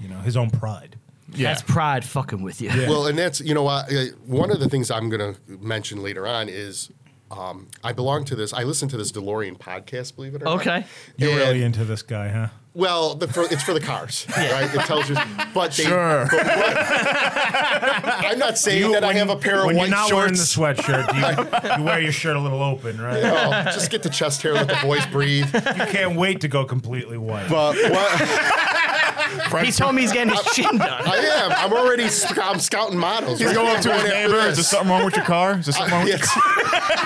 C: You know, his own pride.
B: Yeah.
A: That's pride fucking with you.
D: Well, and that's you know uh, uh, one of the things I'm going to mention later on is um, I belong to this. I listen to this DeLorean podcast. Believe it or not.
A: Okay.
C: You're
D: And-
C: really into this guy, huh?
D: Well, the, for, it's for the cars, right? It tells you, but they,
B: Sure.
D: But what- I'm not saying that I have a pair of
C: when
D: white
C: you're not wearing the
D: shorts.
C: sweatshirt, do you, you wear your shirt a little open, right?
D: No, just get the chest hair, let the boys breathe.
C: You can't wait to go completely white.
D: But what,
A: He told me he's getting his chin done.
D: I am. I'm already. sc- I'm scouting models.
B: He's
D: right
B: going
D: now,
B: up to his
D: right after
B: neighbor. Is
D: this.
B: there something wrong with your car? Is there something wrong with
D: Yes.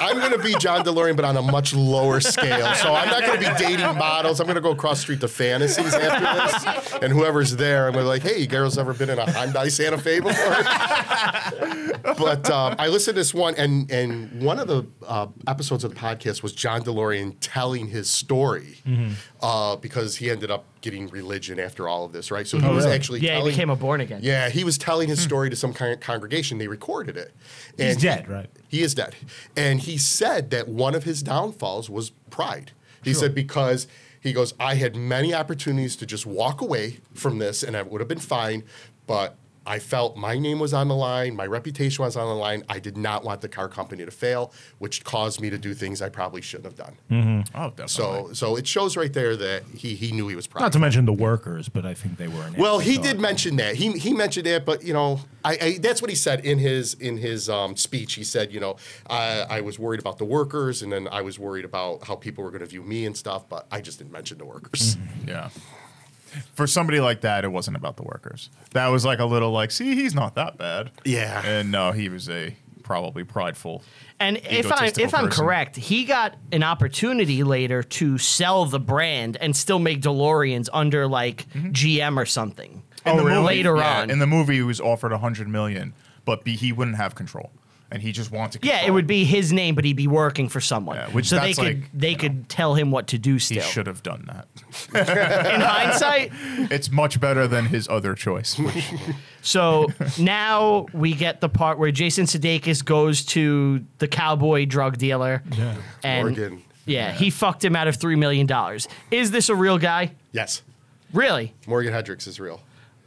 D: I'm going to be John DeLorean, but on a much lower scale. So I'm not going to be dating models. I'm going to go across the street to fantasies after this. And whoever's there, I'm going to be like, hey, you girls ever been in a Hyundai Santa Fe before? but um, I listened to this one, and, and one of the uh, episodes of the podcast was John DeLorean telling his story uh, because he ended up getting religion after all of this, right? So he was
B: really?
D: actually
A: Yeah, he
D: telling-
A: became a born again.
D: yeah, he was telling his story to some kind of congregation. They recorded it.
C: Hmm. He's
D: he-
C: dead, right?
D: He is dead. And he said that one of his downfalls was pride. He said, because he goes, I had many opportunities to just walk away from this and I would have been fine, but I felt my name was on the line, my reputation was on the line. I did not want the car company to fail, which caused me to do things I probably shouldn't have done.
C: Hmm.
B: Oh, definitely.
D: So, so it shows right there that he he knew he was proud.
C: Not to mention the workers, but I think they were. An
D: Well, he
C: afterthought.
D: did mention that. He he mentioned that, but you know, I, I that's what he said in his in his um, speech. He said, you know, I, I was worried about the workers, and then I was worried about how people were going to view me and stuff. But I just didn't mention the workers.
B: yeah. For somebody like that, it wasn't about the workers. That was like a little like, see, he's not that bad.
D: Yeah.
B: And no, he was a probably prideful.
A: And if I
B: egotistical
A: if I'm
B: person.
A: correct, he got an opportunity later to sell the brand and still make DeLoreans under like GM or something.
B: Mm-hmm.
A: Oh,
B: In the movie-
A: Later
B: yeah,
A: on.
B: in the movie, he was offered a hundred million, but be, he wouldn't have control, and he just wanted. Control.
A: yeah, it would be his name, but he'd be working for someone.
B: Yeah, which
A: so they
B: that's
A: could
B: like,
A: they could tell him what to do.
B: He
A: Still,
B: should have done that.
A: in hindsight.
B: It's much better than his other choice. Which,
A: So now we get the part where Jason Sudeikis goes to the cowboy drug dealer. Yeah, and
D: Morgan.
A: Yeah, he fucked him out of three million dollars. Is this a real guy?
D: Yes,
A: Really?
D: Morgan Hendricks is real.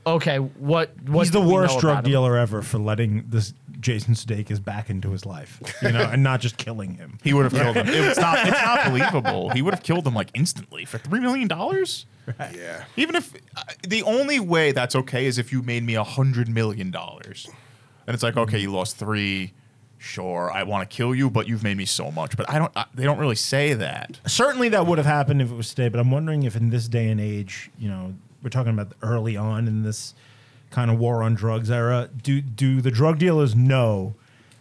A: Okay. What? what
C: He's
A: do
C: the
A: we know
C: worst
A: about
C: drug
A: him?
C: dealer ever for letting this Jason Sudeikis back into his life, you know, and not just killing him.
B: he would have killed him. It's not. It's not believable. He would have killed him like instantly for three million dollars.
D: Yeah,
B: Even if uh, the only way that's okay is if you made me a hundred million dollars, and it's like okay, you lost three. Sure, I want to kill you, but you've made me so much. But I don't. I, they don't really say that.
C: Certainly, that would have happened if it was today. But I'm wondering if, in this day and age, you know, we're talking about early on in this kind of war on drugs era. Do do the drug dealers know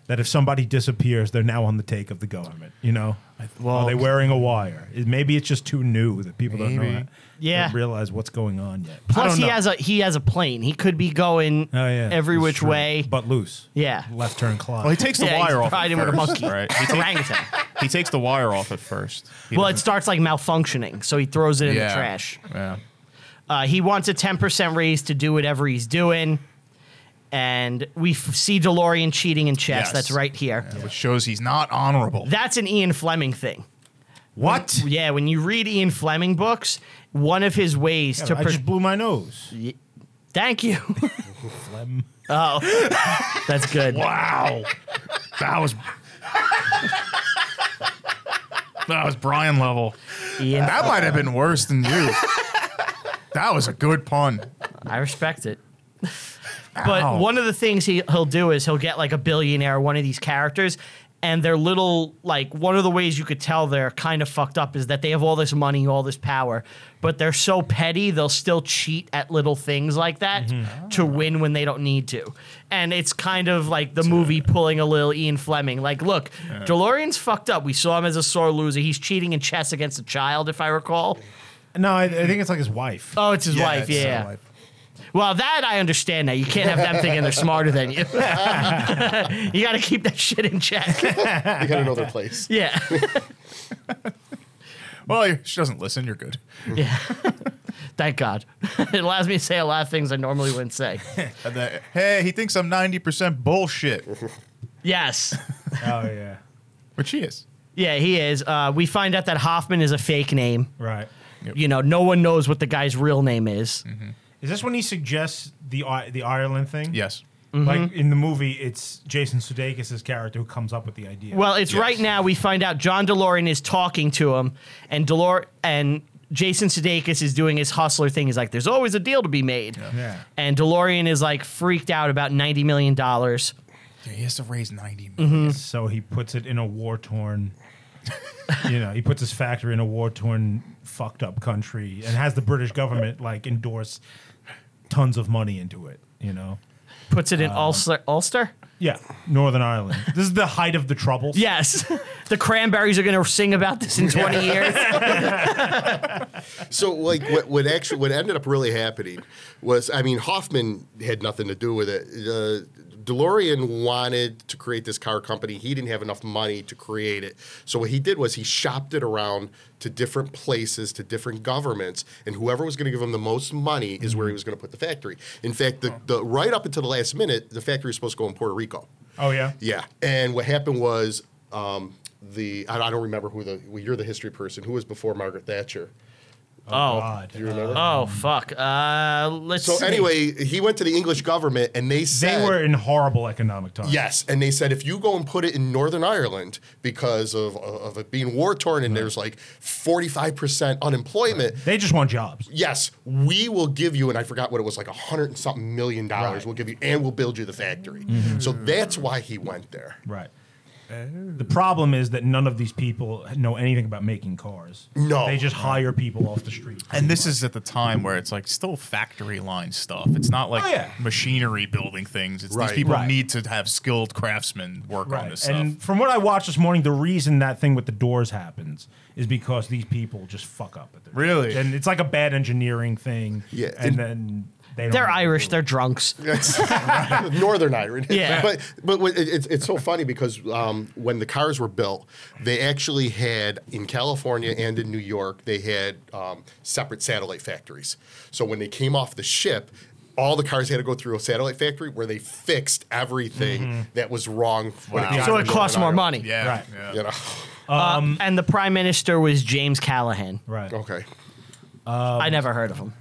C: that if somebody disappears, they're now on the take of the government? You know, are they wearing a wire? It- Maybe it's just too new that people don't know.
B: Maybe.
C: That,
A: Yeah.
C: don't realize what's going on yet. I
A: Plus,
C: don't
A: he
C: know.
A: has a he has a plane. He could be going
C: Oh, yeah,
A: every
C: that's
A: which
C: true.
A: way.
C: but loose.
A: Yeah.
C: left turn clock.
B: Well, he takes the
A: Yeah, he's
B: wire off.
A: riding
B: at
A: with a
B: first,
A: monkey.
B: right? He, takes-
A: orangutan.
B: he takes the wire off at first. He
A: well, it
B: doesn't-
A: starts like malfunctioning, so he throws it in
B: Yeah.
A: the trash.
B: yeah.
A: Uh, he wants a ten percent raise to do whatever he's doing, and we f- see DeLorean cheating in chess.
B: Yes.
A: That's right here.
B: which shows he's not honorable.
A: That's an Ian Fleming thing.
C: what?
A: Yeah, when you read Ian Fleming books, one of his ways to
C: I
A: pre-
C: just blew my nose.
A: thank you. Oh,
C: Phlegm.
A: That's good.
B: wow, that was that was Brian level.
A: Ian,
B: That might have been worse than you. That was a good pun.
A: I respect it. But
B: Ow.
A: one of the things he, he'll do is he'll get like a billionaire, one of these characters, and their little, like, one of the ways you could tell they're kind of fucked up is that they have all this money, all this power, but they're so petty, they'll still cheat at little things like that to win when they don't need to. And it's kind of like the movie pulling a little Ian Fleming. Like, look, DeLorean's fucked up. We saw him as a sore loser. He's cheating in chess against a child, if I recall.
C: No, I, I think it's like his wife.
A: Oh, it's his wife,
B: it's his
A: yeah. Well, that I understand now. You can't have them thinking they're smarter than you. you got to keep that shit in check.
D: he got another place.
A: Yeah.
B: Well, you- she doesn't listen. You're good.
A: Yeah. Thank God. It allows me to say a lot of things I normally wouldn't say.
B: And then, hey, he thinks I'm 90% bullshit,
A: Yes.
C: Oh yeah,
B: which he is.
A: Yeah, he is. Uh, we find out that Hoffman is a fake name.
C: right.
A: You know, no one knows what the guy's real name is.
C: Is this when he suggests the I the Ireland thing?
B: Yes.
A: Mm-hmm.
C: Like in the movie, it's Jason Sudeikis' character who comes up with the idea.
A: Well, it's right now we find out John DeLorean is talking to him, and Delor and Jason Sudeikis is doing his hustler thing. He's like, "There's always a deal to be made."
C: Yeah.
A: And DeLorean is like freaked out about ninety million dollars.
B: Yeah, he has to raise 90
D: Hmm.
C: so he puts it in a war torn. you know, he puts his factory in a war torn, fucked up country, and has the British government like endorse tons of money into it. You know,
A: Puts it in Ulster. Ulster.
C: Yeah, Northern Ireland. This is the height of the troubles.
A: Yes, the cranberries are going to sing about this in 20 years.
D: So like what what actually what ended up really happening was I mean Hoffman had nothing to do with it. Uh, DeLorean wanted to create this car company. He didn't have enough money to create it. So what he did was he shopped it around to different places, to different governments, and whoever was going to give him the most money is where he was going to put the factory. In fact, the, the right up until the last minute, the factory was supposed to go in Puerto Rico.
C: Oh yeah.
D: Yeah, and what happened was um, the I I don't remember who the well, you're the history person who was before Margaret Thatcher.
A: Oh,
C: God.
D: Do you remember?
A: oh, fuck. Uh, let's.
D: So
A: see.
D: anyway, he went to the English government and they
C: They
D: said
C: were in horrible economic times.
D: yes, and they said if you go and put it in Northern Ireland because of of it being war torn and there's like 45% unemployment.
C: They just want jobs.
D: Yes, we will give you, and I forgot what it was like a hundred and something million dollars. We'll give you, and we'll build you the factory. So that's why he went there.
C: Right. The problem is that none of these people know anything about making cars.
D: No.
C: They just hire people off the street.
B: And this is at the time where it's like still factory line stuff. It's not like
C: Oh, yeah.
B: machinery building things. It's
D: Right.
B: these people
C: Right.
B: need to have skilled craftsmen work on this stuff.
C: And from what I watched this morning, the reason that thing with the doors happens is because these people just fuck up. At the
B: Really?
C: And it's like a bad engineering thing.
D: Yeah,
C: And
D: and-
C: then they don't
A: they're Irish. They're drunks.
D: Northern Ireland.
A: Yeah.
D: But but what- it- it's it's so funny because um, when the cars were built, they actually had in California and in New York they had um, separate satellite factories. So when they came off the ship. All the cars had to go through a satellite factory where they fixed everything that was wrong. when
B: Wow.
D: came
A: Mm-hmm. So
D: to
A: it
D: Northern
A: costs more
D: Ireland.
A: money.
B: yeah,
C: Right.
B: yeah.
D: You know?
A: Um, and the prime minister was James Callahan.
C: Right.
D: Okay.
A: I never heard of him.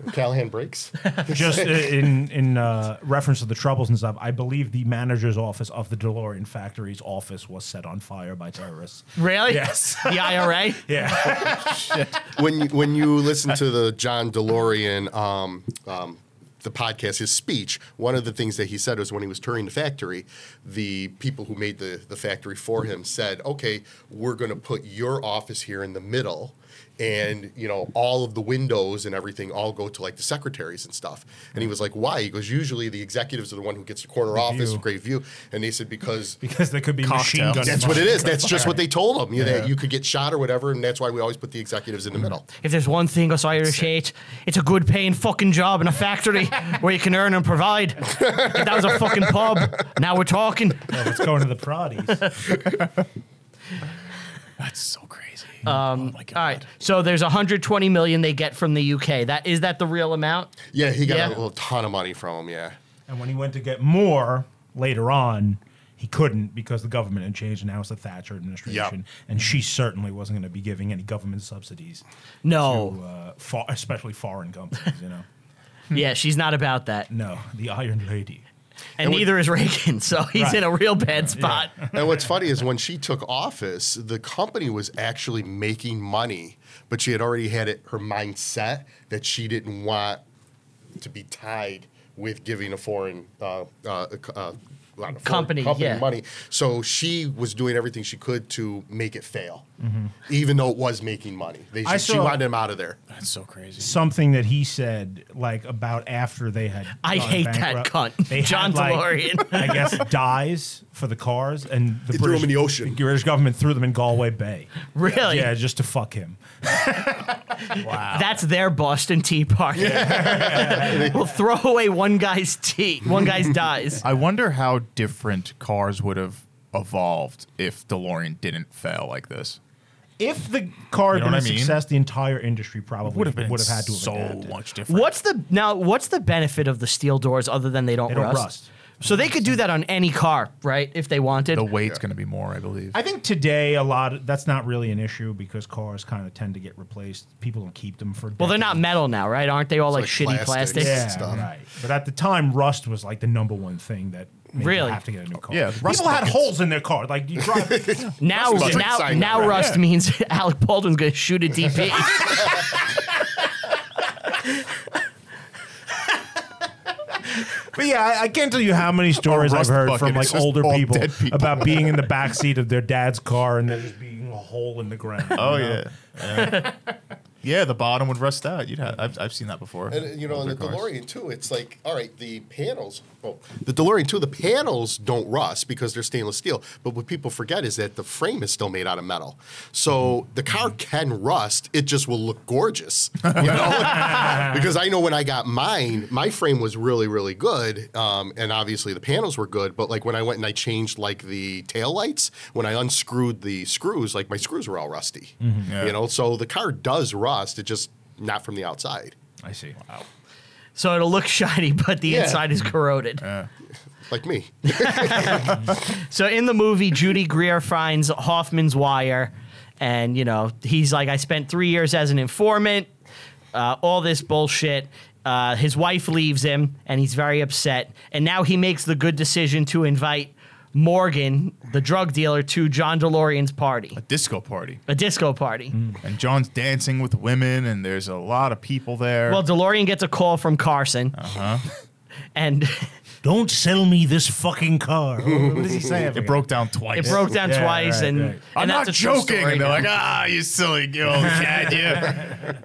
D: Callahan breaks.
C: Just uh, in in uh, reference to the troubles and stuff, I believe the manager's office of the DeLorean factory's office was set on fire by terrorists.
A: Really?
C: Yes.
A: The IRA?
C: Yeah.
D: when you, when you listen to the John DeLorean um, um, the podcast, his speech, one of the things that he said was when he was touring the factory, the people who made the, the factory for him said, "Okay, we're going to put your office here in the middle." And you know all of the windows and everything all go to like the secretaries and stuff. And he was like, "Why?" He goes, "Usually the executives are the one who gets the corner office,
C: view.
D: great view." And they said, "Because
C: because there could be machine
B: Cocktails.
C: guns.
D: that's what it is. That's just what they told him. You know, that you could get shot or whatever, and that's why we always put the executives in the middle."
A: If there's one thing us Irish hate, it's a good paying fucking job in a factory where you can earn and provide. If that was a fucking pub. Now we're talking.
C: Oh, Let's go into the proddies.
B: That's so crazy. Um, oh my God.
A: All right. So there's 120 million they get from the UK. That is that the real amount?
D: Yeah, he got
A: Yeah.
D: a little ton of money from him. Yeah.
C: And when he went to get more later on, he couldn't because the government had changed, and now it's the Thatcher administration. And she certainly wasn't going to be giving any government subsidies, to,
A: No.
C: uh, for, especially foreign companies. You know, uh,
A: Yeah, she's not about that.
C: no, the Iron Lady.
A: And, neither is Reagan. So he's
C: Right.
A: in a real bad spot.
D: And what's funny is when she took office, the company was actually making money, but she had already had it her mindset that she didn't want to be tied with giving a foreign uh, uh, uh, uh, not a foreign
A: Company, yeah.
D: money. So she was doing everything she could to make it fail,
A: Mm-hmm.
D: even though it was making money. They,
C: I
D: she
C: saw-
D: wanted him out of there.
B: That's so crazy.
C: Something that he said, like about after they had,
A: I
C: gone
A: hate
C: bankrupt,
A: that cunt.
C: They had,
A: John
C: like,
A: DeLorean.
C: I guess dies for the cars, and the
D: They
C: British,
D: threw him in the ocean.
C: British government threw them in Galway Bay.
A: really?
C: Yeah, just to fuck him.
A: That's their Boston Tea Party. we'll throw away one guy's tea. One guy's dies.
B: I wonder how different cars would have evolved if DeLorean didn't fail like this.
C: If the car had
B: You know
C: been a
B: what I mean?
C: success, the entire industry probably would have would have had to have
B: so
C: adapted.
B: much different.
A: What's the now? What's the benefit of the steel doors other than they don't,
C: They don't
A: rust?
C: rust.
A: So they could do that on any car, right? If they wanted.
B: The weight's going to be more, I believe.
C: I think today a lot that's not really an issue because cars kind of tend to get replaced. People don't keep them for.
A: well, they're not
C: decades.
A: metal now, right? Aren't they all like,
D: like
A: shitty
D: plastic.
A: plastics?
C: Yeah,
D: stuff.
C: right. But at the time, rust was like the number one thing that made you
A: Really?
C: have to get a new car.
B: Yeah, rust
C: people had
B: buckets.
C: holes in their car. Like you drive.
A: Now,
D: Rust is a
A: now,
D: trick sign,
A: now,
D: right?
A: rust means Alec Baldwin's gonna shoot a DP.
C: But yeah, I, I can't tell you how many stories I've
B: rust
C: heard
B: bucket.
C: from
B: It's
C: like
B: just
C: older
B: all
C: people,
B: dead people.
C: about being in the backseat of their dad's car and there just being a hole in the ground.
B: oh,
C: you know?
B: yeah. Yeah, the bottom would rust out. You'd have. I've, I've seen that before.
D: And uh, you know, and
B: Older
D: the
B: cars.
D: DeLorean too. It's like, all right, the panels. Oh, the DeLorean too. The panels don't rust because they're stainless steel. But what people forget is that the frame is still made out of metal. So
B: Mm-hmm.
D: the car can rust. It just will look gorgeous. You know, because I know when I got mine, my frame was really, really good, um, and obviously the panels were good. But like when I went and I changed like the tail lights, when I unscrewed the screws, like my screws were all rusty.
B: Mm-hmm. Yeah.
D: You know, so the car does rust. It just not from the outside.
C: I see. Wow.
A: So it'll look shiny, but the
D: Yeah.
A: inside is corroded.
D: Like me.
A: So in the movie, Judy Greer finds Hoffman's wire, and you know he's like, "I spent three years as an informant, uh, all this bullshit." Uh, his wife leaves him, and he's very upset. And now he makes the good decision to invite Morgan, the drug dealer, to John DeLorean's party,
B: disco party,
A: a disco party.
B: and John's dancing with women, and there's a lot of people there.
A: Well, DeLorean gets a call from Carson,
B: Uh-huh.
A: and
C: Don't sell me this fucking car. what does he say?
B: it broke down twice.
A: it broke down
C: Yeah,
A: twice.
C: right,
A: and,
C: right.
A: and
B: I'm
A: that's
B: not
A: a true
B: joking.
A: story
B: And they're
A: now.
B: like, ah, you silly, you old cat, you.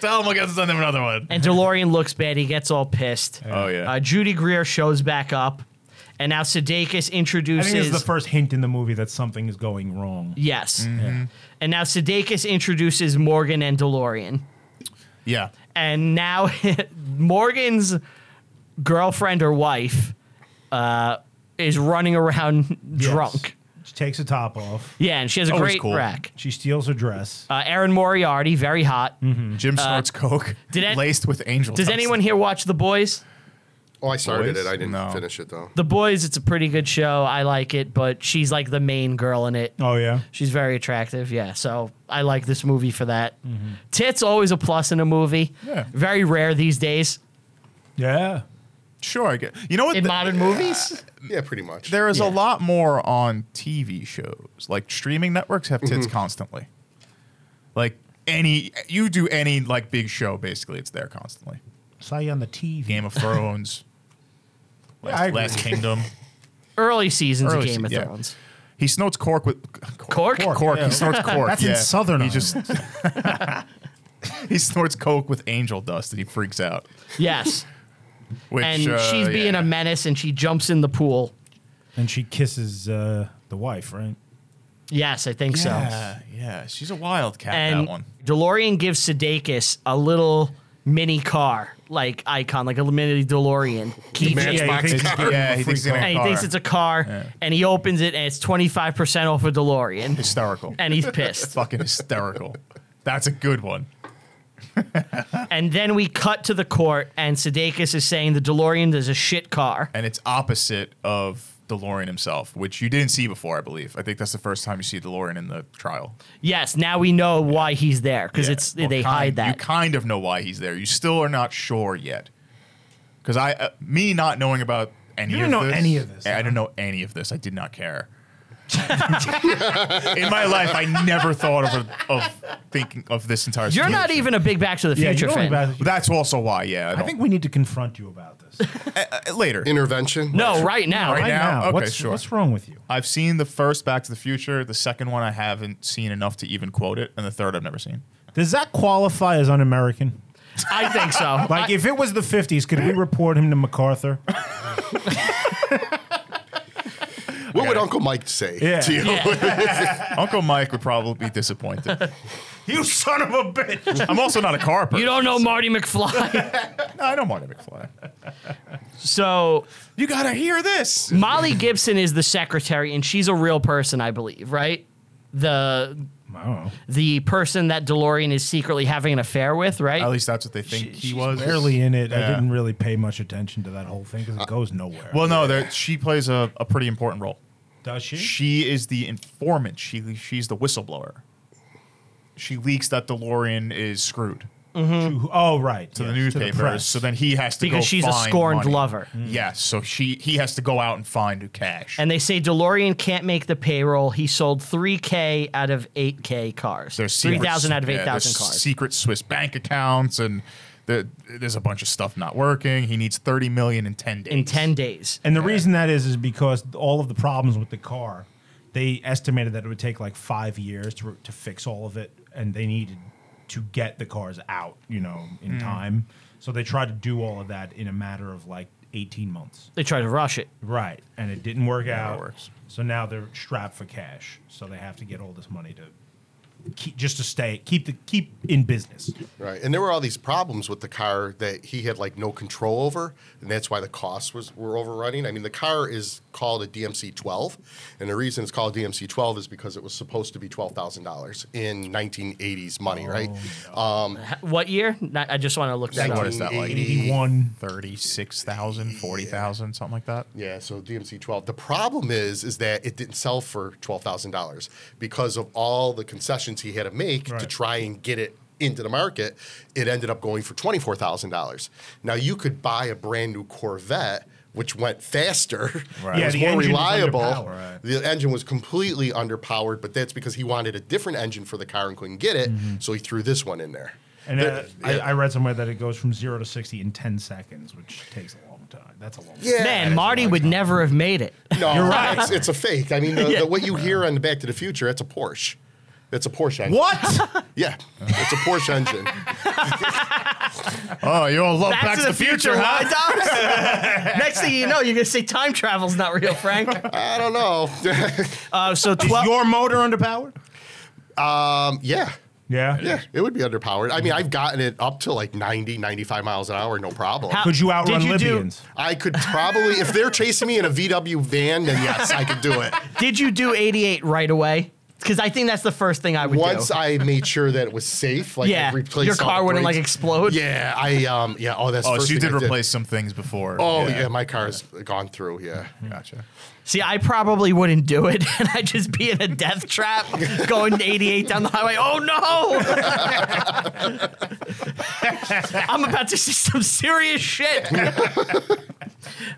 B: Tell him I got send him another one.
A: And DeLorean looks bad. He gets all pissed.
B: Oh, yeah.
A: Uh, Judy Greer shows back up, and now Sudeikis
C: I think this is
A: introduces.
C: the first hint in the movie that something is going wrong.
A: yes. And now Sudeikis introduces Morgan and DeLorean,
B: Yeah.
A: and now Morgan's girlfriend or wife uh, is running around
C: Yes.
A: drunk.
C: She takes the top off.
A: Yeah, and she has a
B: Always
A: great
B: cool.
A: rack.
C: She steals her dress.
A: Uh, Aaron Moriarty, very hot.
C: Mm-hmm.
B: Jim snorts coke,
A: Uh, did an-
B: laced with angel.
A: Does
B: dust.
A: anyone here watch The Boys?
D: Oh, I started
B: Boys?
D: it. I didn't
B: No.
D: finish it though.
A: The Boys, it's a pretty good show. I like it, but she's like the main girl in it.
C: oh yeah.
A: She's very attractive. Yeah. So I like this movie for that. Tits always a plus in a movie.
B: Yeah.
A: Very rare these days
C: Yeah.
B: Sure, I get. You know what?
A: in
B: the-
A: modern movies.
D: Yeah, pretty much.
B: there is
A: Yeah.
B: a lot more on TV shows. Like streaming networks have
A: Mm-hmm.
B: tits constantly. Like any, you do any like big show, basically, it's there constantly.
C: Saw you on the TV.
B: Game of Thrones,
C: I
B: Last,
C: agree.
B: Last Kingdom.
A: Early seasons
B: Early
A: of Game
B: se-
A: of
B: yeah.
A: Thrones.
B: He snorts cork with
A: Cork?
B: Cork. He snorts cork.
C: That's in
B: yeah.
C: Southern
B: He just he snorts coke with angel dust, and he freaks out.
A: Yes.
B: Which
A: And
B: uh,
A: she's being
B: yeah.
A: a menace and she jumps in the pool.
C: And she kisses uh, the wife, right?
A: Yes, I think so.
B: Yeah, yeah, she's a wild cat.
A: And
B: that one.
A: DeLorean gives Sudeikis a little mini car, like icon, like a mini DeLorean. Key
D: man-
A: chain.
D: Yeah,
C: he thinks,
B: car. Yeah, he thinks
A: and he
B: car.
A: thinks it's a car, and he opens it, and it's 25% off a DeLorean,
B: Hysterical.
A: and he's pissed.
B: Fucking hysterical. That's a good one.
A: And then we cut to the court, and Sudeikis is saying the DeLorean is a shit car.
B: and it's opposite of DeLorean himself, which you didn't see before, I believe. I think that's the first time you see DeLorean in the trial.
A: Yes, now we know why he's there because
B: Yeah.
A: it's
B: Well,
A: they
B: kind-
A: hide
B: You
A: that.
B: kind of know why he's there. You still are not sure yet, because I, uh, me not knowing about any
C: You didn't
B: of
C: know
B: this,
C: any of this,
B: I didn't know any of this. I did not care. in my life, I never thought of of thinking of this entire.
A: You're not
B: situation.
A: even a big Back to the
C: Yeah,
A: Future
C: you know
A: fan.
C: about-
B: That's also why. Yeah,
C: I think we need to confront you about this.
B: don't- uh, later.
D: Intervention.
A: no, right now.
B: Right now? Okay,
C: what's,
B: sure.
C: what's wrong with you?
B: I've seen the first Back to the Future. The second one I haven't seen enough to even quote it, and the third I've never seen.
C: Does that qualify as un-American?
A: I think so.
C: Like, if it was the '50s, could we report him to MacArthur?
D: What would Uncle Mike say
C: Yeah.
D: to you?
B: Uncle Mike would probably be disappointed.
C: you son of a bitch!
B: I'm also not a car person.
A: you don't know Marty McFly.
B: No, I don't want to McFly.
A: so
B: You gotta hear this.
A: Molly Gibson is the secretary, and she's a real person, I believe, right? The
C: I don't know.
A: the person that DeLorean is secretly having an affair with, right?
B: At least that's what they think he was.
C: Barely in it. I
B: Yeah.
C: didn't really pay much attention to that whole thing because it goes nowhere.
B: Well, no, there- she plays a, a pretty important role.
C: does she?
B: She is the informant. She she's the whistleblower. She leaks that DeLorean is screwed
C: Who- oh, right.
B: to the
C: yes, to
B: newspapers.
C: press.
B: so then he has to
A: Because
B: go
A: she's a
B: find
A: scorned
B: money.
A: lover. Mm.
B: Yes. So she he has to go out and find cash.
A: And they say DeLorean can't make the payroll. He sold 3K out of 8K cars.
B: There's secret-
A: 3,000 out of
B: yeah,
A: 8,000
B: there's
A: cars.
B: Secret Swiss bank accounts, and there, there's a bunch of stuff not working. He needs 30 million in 10 days.
A: in 10 days.
C: And the reason that is is because all of the problems with the car, they estimated that it would take like five years to, to fix all of it, and they needed to get the cars out, you know, in time. So they tried to do all of that in a matter of like 18 months.
A: They try to rush it.
C: Right. And it didn't work
B: Yeah, it
C: out.
B: works.
C: So now they're strapped for cash. So they have to get all this money to keep, just to stay, keep the keep in business.
D: Right. And there were all these problems with the car that he had like no control over, and that's why the costs was were overrunning. I mean, the car is called a DMC 12, and the reason it's called DMC 12 is because it was supposed to be $12,000 in 1980s money, right? Um,
A: H- What year? Not- I just want to look that
B: Oh. what
A: up.
B: is that like?
C: 81.
B: 36,000, 40,000, something like that.
D: Yeah, so DMC 12. The problem is is that it didn't sell for $12,000 because of all the concessions he had to make to
C: Right.
D: try and get it into the market. It ended up going for $24,000. Now you could buy a brand new Corvette which went faster,
C: Right. Yeah,
D: was
C: the
D: more
C: engine was
D: reliable.
C: underpowered. Right.
D: The engine was completely underpowered, but that's because he wanted a different engine for the car and couldn't get it, so he threw this one in there.
C: Mm-hmm. And uh,
D: That-
C: I, I read somewhere that it goes from zero to 60 in 10 seconds, which takes a long time. That's a long time.
D: yeah,
A: Man, Marty would never have made it.
D: No, you're right. It's, it's a fake. I mean, the, the, what you hear on the Back to the Future, that's a Porsche. That's a Porsche engine.
E: What?
D: Yeah, it's a Porsche engine.
B: Oh, you all love Back to the
A: Future, huh? Docs? Next thing you know, you're gonna say time travel's not real, Frank.
D: I don't know.
A: Uh, so
E: Is
A: twelve.
E: your motor underpowered?
D: um, yeah.
C: Yeah.
D: Yeah, it would be underpowered. I mean, I've gotten it up to like 90, 95 miles an hour, no problem.
A: How-
C: Could you outrun
A: Did you do-
C: Libyans?
D: I could probably, if they're chasing me in a VW van, then yes, I could do it.
A: Did you do 88 right away? Because I think that's the first thing I would
D: Once
A: do.
D: I made sure that it was safe, like I
A: yeah,
D: replaced
A: your
D: all
A: car
D: the
A: wouldn't like
D: brakes.
A: explode.
D: Yeah, I um, yeah. Oh, that's. the
B: Oh,
D: first
B: so you
D: thing
B: did
D: I
B: replace some things before.
D: Oh yeah. my car's gone through. Yeah.
B: Gotcha.
A: See, I probably wouldn't do it, and I'd just be in a death trap going 88 down the highway. Oh no! I'm about to see some serious shit.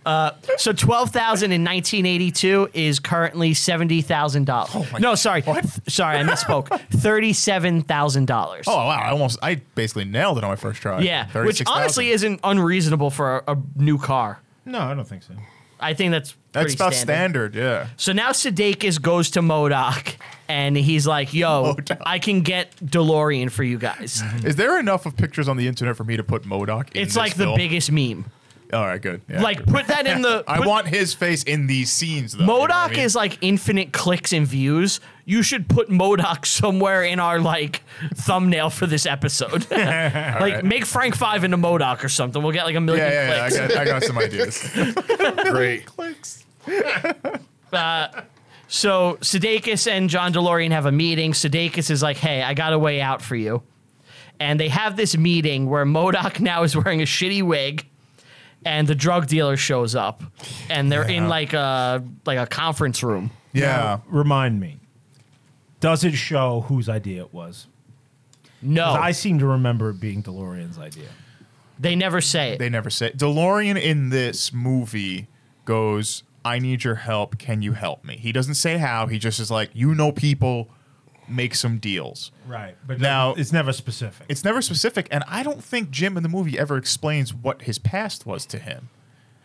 A: uh, so 12,000 in 1982 is currently $70,000.
B: Oh,
A: no, sorry. Sorry, I misspoke. $37,000.
B: Oh, wow. I almost, I basically nailed it on my first try.
A: yeah, which
B: 36,000.
A: honestly isn't unreasonable for a, a new car.
C: No, I don't think so.
A: I think that's
B: That's
A: pretty
B: about
A: standard.
B: standard. yeah.
A: So now Sudeikis goes to Modoc and he's like, yo,
B: MODOK.
A: I can get DeLorean for you guys.
B: Is there enough of pictures on the internet for me to put Modoc in
A: It's
B: this
A: like the
B: film?
A: biggest meme.
B: All right, good. Yeah.
A: Like, put that in the.
B: I
A: put-
B: want his face in these scenes, though. you know what I
A: Modoc
B: mean?
A: is like infinite clicks and views. You should put Modoc somewhere in our like thumbnail for this episode. like, make Frank Five into Modoc or something. We'll get like a million
B: Yeah, yeah, yeah. I
A: clicks.
B: got, I got some ideas.
D: Great.
A: So Sudeikis and John DeLorean have a meeting. Sudeikis is like, "Hey, I got a way out for you," and they have this meeting where Modoc now is wearing a shitty wig, and the drug dealer shows up, and they're in
B: Yeah.
A: like a like a conference room.
B: Yeah.
C: Remind me. Does it show whose idea it was?
B: Oh.
A: No,
C: I seem to remember it being DeLorean's idea.
A: they never say it.
B: They never say. DeLorean in this movie goes, I need your help. Can you help me? He doesn't say how. He just is like, you know people, make some deals.
C: Right. But
B: Now-
C: now it's never specific.
B: It's never specific. And I don't think Jim in the movie ever explains what his past was to him.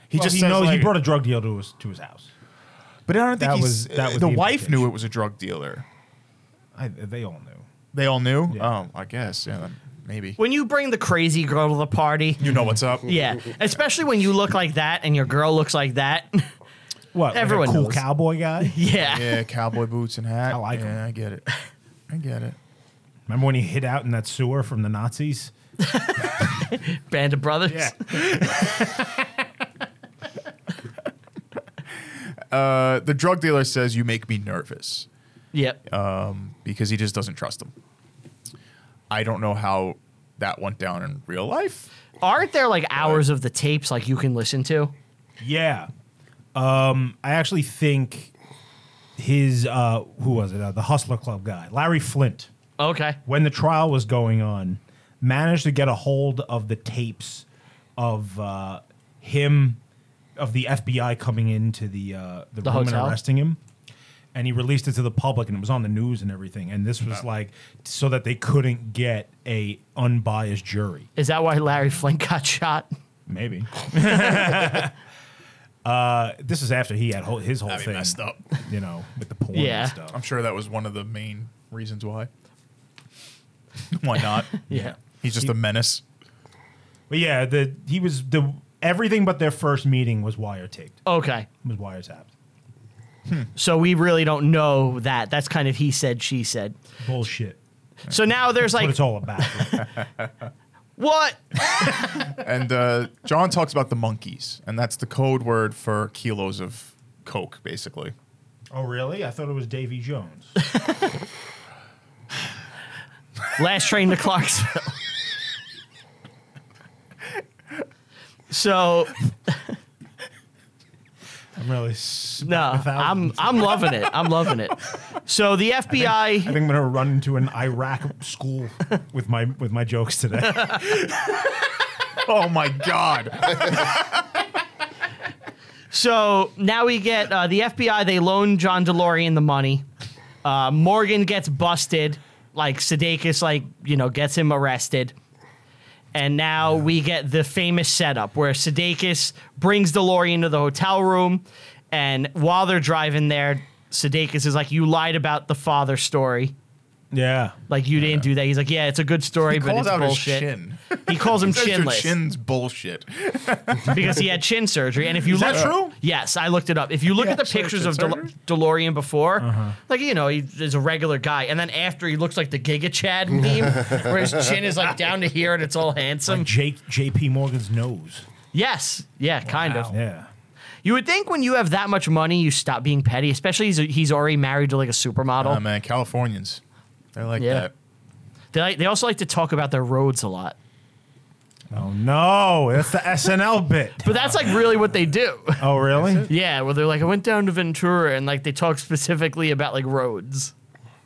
B: He
C: Well,
B: just
C: he
B: says,
C: knows he
B: like-
C: brought a drug deal to his to his house.
B: But I don't think
C: That
B: he's,
C: was- that was
B: the
C: the
B: wife knew
C: implication.
B: it was a drug dealer.
C: I, they all knew.
B: They all knew?
C: Yeah.
B: Oh, I guess. Yeah, then maybe.
A: when you bring the crazy girl to the party,
B: You know what's up.
A: yeah, especially when you look like that and your girl looks like that,
C: What? like a
A: Everyone
C: cool
A: knows.
C: cowboy guy.
A: yeah.
B: Yeah, cowboy boots and hat.
C: I like 'em.
B: yeah, I get it. I get it.
C: Remember when he hid out in that sewer from the Nazis?
A: Band of Brothers.
B: Uh, the drug dealer says, You make me nervous
A: Yep.
B: Uh, because he just doesn't trust him. I don't know how that went down in real life.
A: Aren't there like hours of the tapes like you can listen to?
C: Yeah. Um, I actually think his uh, who was it? Uh, the Hustler Club guy, Larry Flint.
A: Okay.
C: when the trial was going on, managed to get a hold of the tapes of uh, him, of the FBI coming into the uh, the,
A: The
C: room
A: hotel?
C: and arresting him, and he released it to the public, and it was on the news and everything. And this was like so that they couldn't get a unbiased jury.
A: Is that why Larry Flint got shot?
C: Maybe. uh, this is after he had whole, his whole
B: I mean,
C: thing
B: messed up.
C: you know, with the porn
A: Yeah.
C: and stuff.
B: I'm sure that was one of the main reasons why. Why not?
A: Yeah.
B: He's just a menace.
C: But yeah, the he was the everything but their first meeting was wiretaped.
A: Okay.
C: Was wiretapped.
A: So we really don't know that. That's kind of he said, she said.
C: Bullshit.
A: So now there's
C: what
A: like,
C: it's all about.
A: what?
B: And uh, John talks about the monkeys, and that's the code word for kilos of coke, basically.
C: oh really? I thought it was Davy Jones.
A: Last train to Clarksville. so
C: I'm really s-
A: no, I'm I'm loving it. I'm loving it. So the
C: I
A: FBI.
C: think I'm gonna run into an Iraq school with my with my jokes today.
B: Oh my God.
A: So now we get uh, the FBI. They loan John DeLorean the money. Uh, Morgan gets busted. Like Sudeikis, like you know, gets him arrested. And now we get the famous setup where Sudeikis brings DeLorean to the hotel room. And while they're driving there, Sudeikis is like, You lied about the father story.
C: yeah.
A: Like, you didn't do that. He's like, Yeah, it's a good story, but
B: Calls
A: it's
B: out
A: bullshit.
B: his chin.
A: He calls him
B: He says your
A: chinless
B: chin's bullshit.
A: because he had chin surgery. And if you
B: Is
A: look,
B: that true?
A: Yes, I looked it up. If you look
B: Yeah,
A: at the
B: so
A: pictures
B: chin
A: of Del-
B: surgery? Uh-huh.
A: DeLorean before, like you know, he is a regular guy, and then after he looks like the Giga Chad meme, where his chin is like down to here and it's all handsome.
C: Jake J.P. Morgan's nose.
A: yes, yeah, kind of.
C: Yeah.
A: You would think when you have that much money, you stop being petty. Especially he's, he's already married to like a supermodel.
B: Oh, man. Californians. They're like
A: Yeah.
B: that.
A: they like, they also like to talk about their roads a lot,
C: Oh no, that's the SNL bit.
A: but that's like really what they do.
C: Oh really?
A: yeah, where they're like, I went down to Ventura and like they talk specifically about like roads.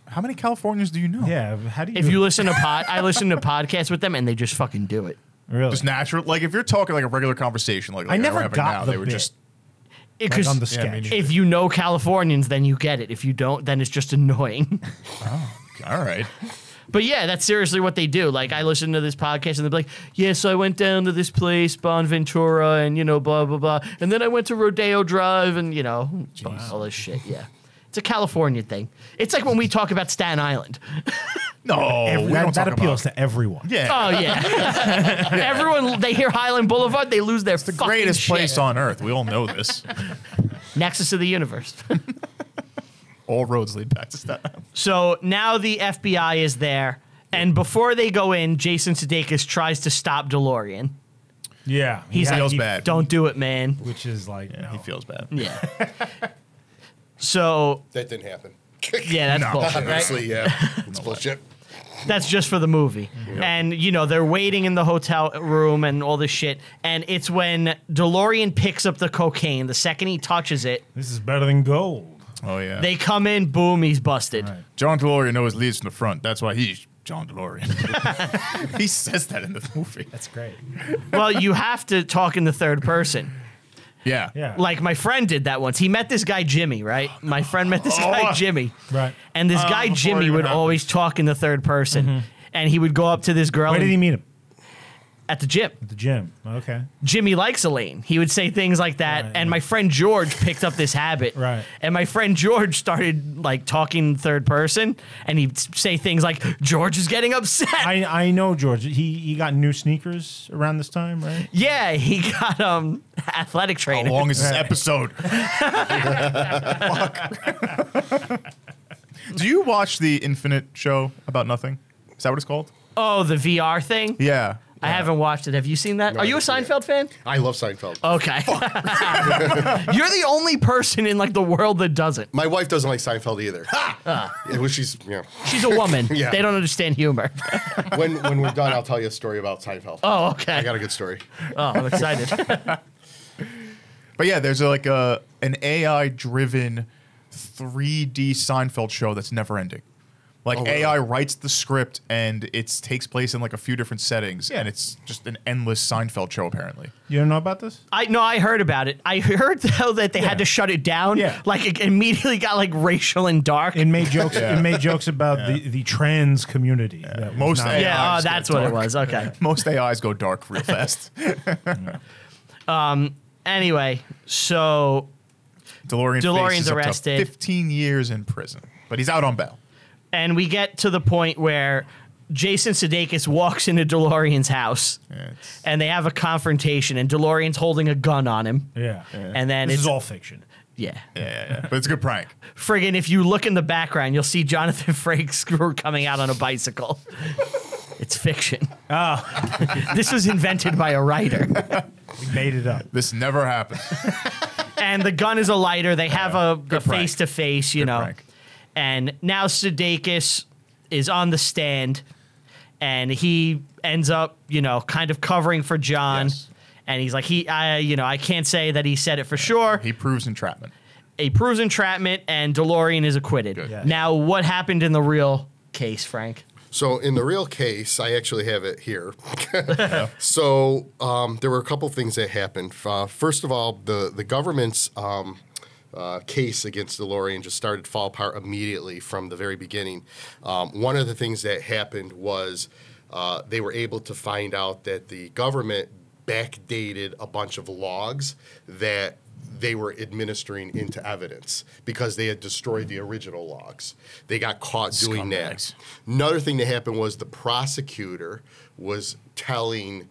B: How many Californians do you know?
C: Yeah. How do you?
A: If you listen to pod, I listen to podcasts with them, and they just fucking do it.
C: really?
B: Just natural. Like if you're talking like a regular conversation, like,
C: I
B: like
C: never
B: we're having
C: got
B: now,
C: the
B: they were
C: bit.
B: just
A: Because
C: like on the
B: Yeah, I mean,
C: sketch.
B: you-
A: if you know Californians, then you get it. If you don't, then it's just annoying.
B: all right.
A: but yeah, that's seriously what they do. Like I listen to this podcast, and they're like, "Yeah, so I went down to this place, Bon Ventura, and you know, blah blah blah, and then I went to Rodeo Drive, and you know, all this shit." Yeah. It's a California thing. It's like when we talk about Staten Island.
B: No,
C: Every-
B: we don't
C: that that
B: talk
C: appeals
B: about.
C: to everyone.
B: Yeah,
A: Oh yeah, everyone they hear Highland Boulevard, they lose their
B: the
A: fucking
B: greatest
A: shit.
B: place on earth. We all know this.
A: nexus of the universe.
B: all roads lead back to Staten Island.
A: So now the FBI is there, and before they go in, Jason Sudeikis tries to stop DeLorean.
C: Yeah.
A: He's
C: yeah,
A: like,
B: feels
C: he-
B: bad.
A: "Don't do it, man."
C: Which is like no.
B: He feels bad.
A: Yeah. so
D: That didn't happen.
A: yeah, that's bullshit.
D: Obviously, yeah. It's bullshit.
A: That's just for the movie. And you know they're waiting in the hotel room and all this shit. And it's when DeLorean picks up the cocaine. The second he touches it,
C: This is better than gold.
B: Oh yeah.
A: they come in. Boom, he's busted.
C: Right.
B: John DeLorean always leads from the front. That's why he's John DeLorean. he says that in the movie.
C: That's great.
A: Well, you have to talk in the third person.
B: Yeah.
C: Yeah.
A: Like my friend did that once. He met this guy Jimmy, right? My friend met this guy Jimmy.
C: Right.
A: And this guy
B: Oh. Uh, before it
A: Jimmy
B: even
A: would
B: happened.
A: always talk in the third person. And he would go up to this girl
C: Mm-hmm. Where did
A: and-
C: he meet him?
A: at the gym.
C: At the gym. Okay.
A: Jimmy likes Elaine. He would say things like that.
C: Right,
A: and my friend George picked up this habit.
C: Right.
A: And my friend George started like talking third person. And he'd s- say things like, George is getting upset.
C: I, I know George. He he got new sneakers around this time, right?
A: yeah, he got um athletic
B: How
A: training.
B: long is this episode? Fuck. Do you watch the Infinite show about nothing? Is that what it's called?
A: Oh, the VR thing?
B: Yeah.
A: I haven't watched it. Have you seen that?
D: No,
A: Are
D: I
A: you a
D: didn't see
A: Seinfeld fan?
D: I love Seinfeld.
A: Okay. You're the only person in like the world that doesn't.
D: My wife doesn't like Seinfeld either. Ha! Yeah, well, she's, yeah.
A: She's a woman.
D: Yeah.
A: They don't understand humor.
D: When, when we're done, I'll tell you a story about Seinfeld.
A: Oh,
D: I
A: okay.
D: got a good story.
A: oh, I'm excited.
B: But yeah, there's like a an AI driven 3D Seinfeld show that's never ending. Like
D: wow.
B: AI writes the script and it takes place in like a few different settings and it's just an endless Seinfeld show apparently.
C: You don't know about this?
A: I no, I heard about it. I heard though that they had to shut it down.
C: Yeah.
A: Like it immediately got like racial and dark.
C: It made jokes. It made jokes about the, the trans community. that was
B: Most
C: not-
B: AI
A: yeah, oh,
B: just
A: that's
B: get
A: what it
B: dark.
A: was. Okay.
B: Most AIs go dark real fast.
A: Anyway, so
B: DeLorean
A: DeLorean's
B: faces up to
A: arrested.
B: 15 years in prison, but he's out on bail.
A: and we get to the point where Jason Sudeikis walks into DeLorean's house,
B: it's-
A: and they have a confrontation, and DeLorean's holding a gun on him,
C: Yeah.
A: and then
C: This
A: it's
C: is all fiction.
A: yeah.
B: Yeah, yeah, yeah. But it's a good prank.
A: Friggin', if you look in the background, you'll see Jonathan Frakes coming out on a bicycle. it's fiction. Oh, this was invented by a writer.
C: We made it up.
B: This never happened.
A: and the gun is a lighter. They have a- a
B: Good prank.
A: face to face, you know.
B: prank.
A: And now Sudeikis is on the stand, and he ends up, you know, kind of covering for John.
B: Yes.
A: And he's like, he, I, you know, I can't say that he said it for sure.
B: He proves entrapment.
A: He proves entrapment, and DeLorean is acquitted.
B: Good.
C: Yes.
A: Now, what happened in the real case, Frank?
D: So in the real case, I actually have it here. So um, there were a couple things that happened. Uh, first of all, the the government's um, uh, case against DeLorean just started to fall apart immediately from the very beginning. Um, one of the things that happened was uh, they were able to find out that the government backdated a bunch of logs that they were administering into evidence because they had destroyed the original logs. They got caught doing that. Another thing that happened was the prosecutor was telling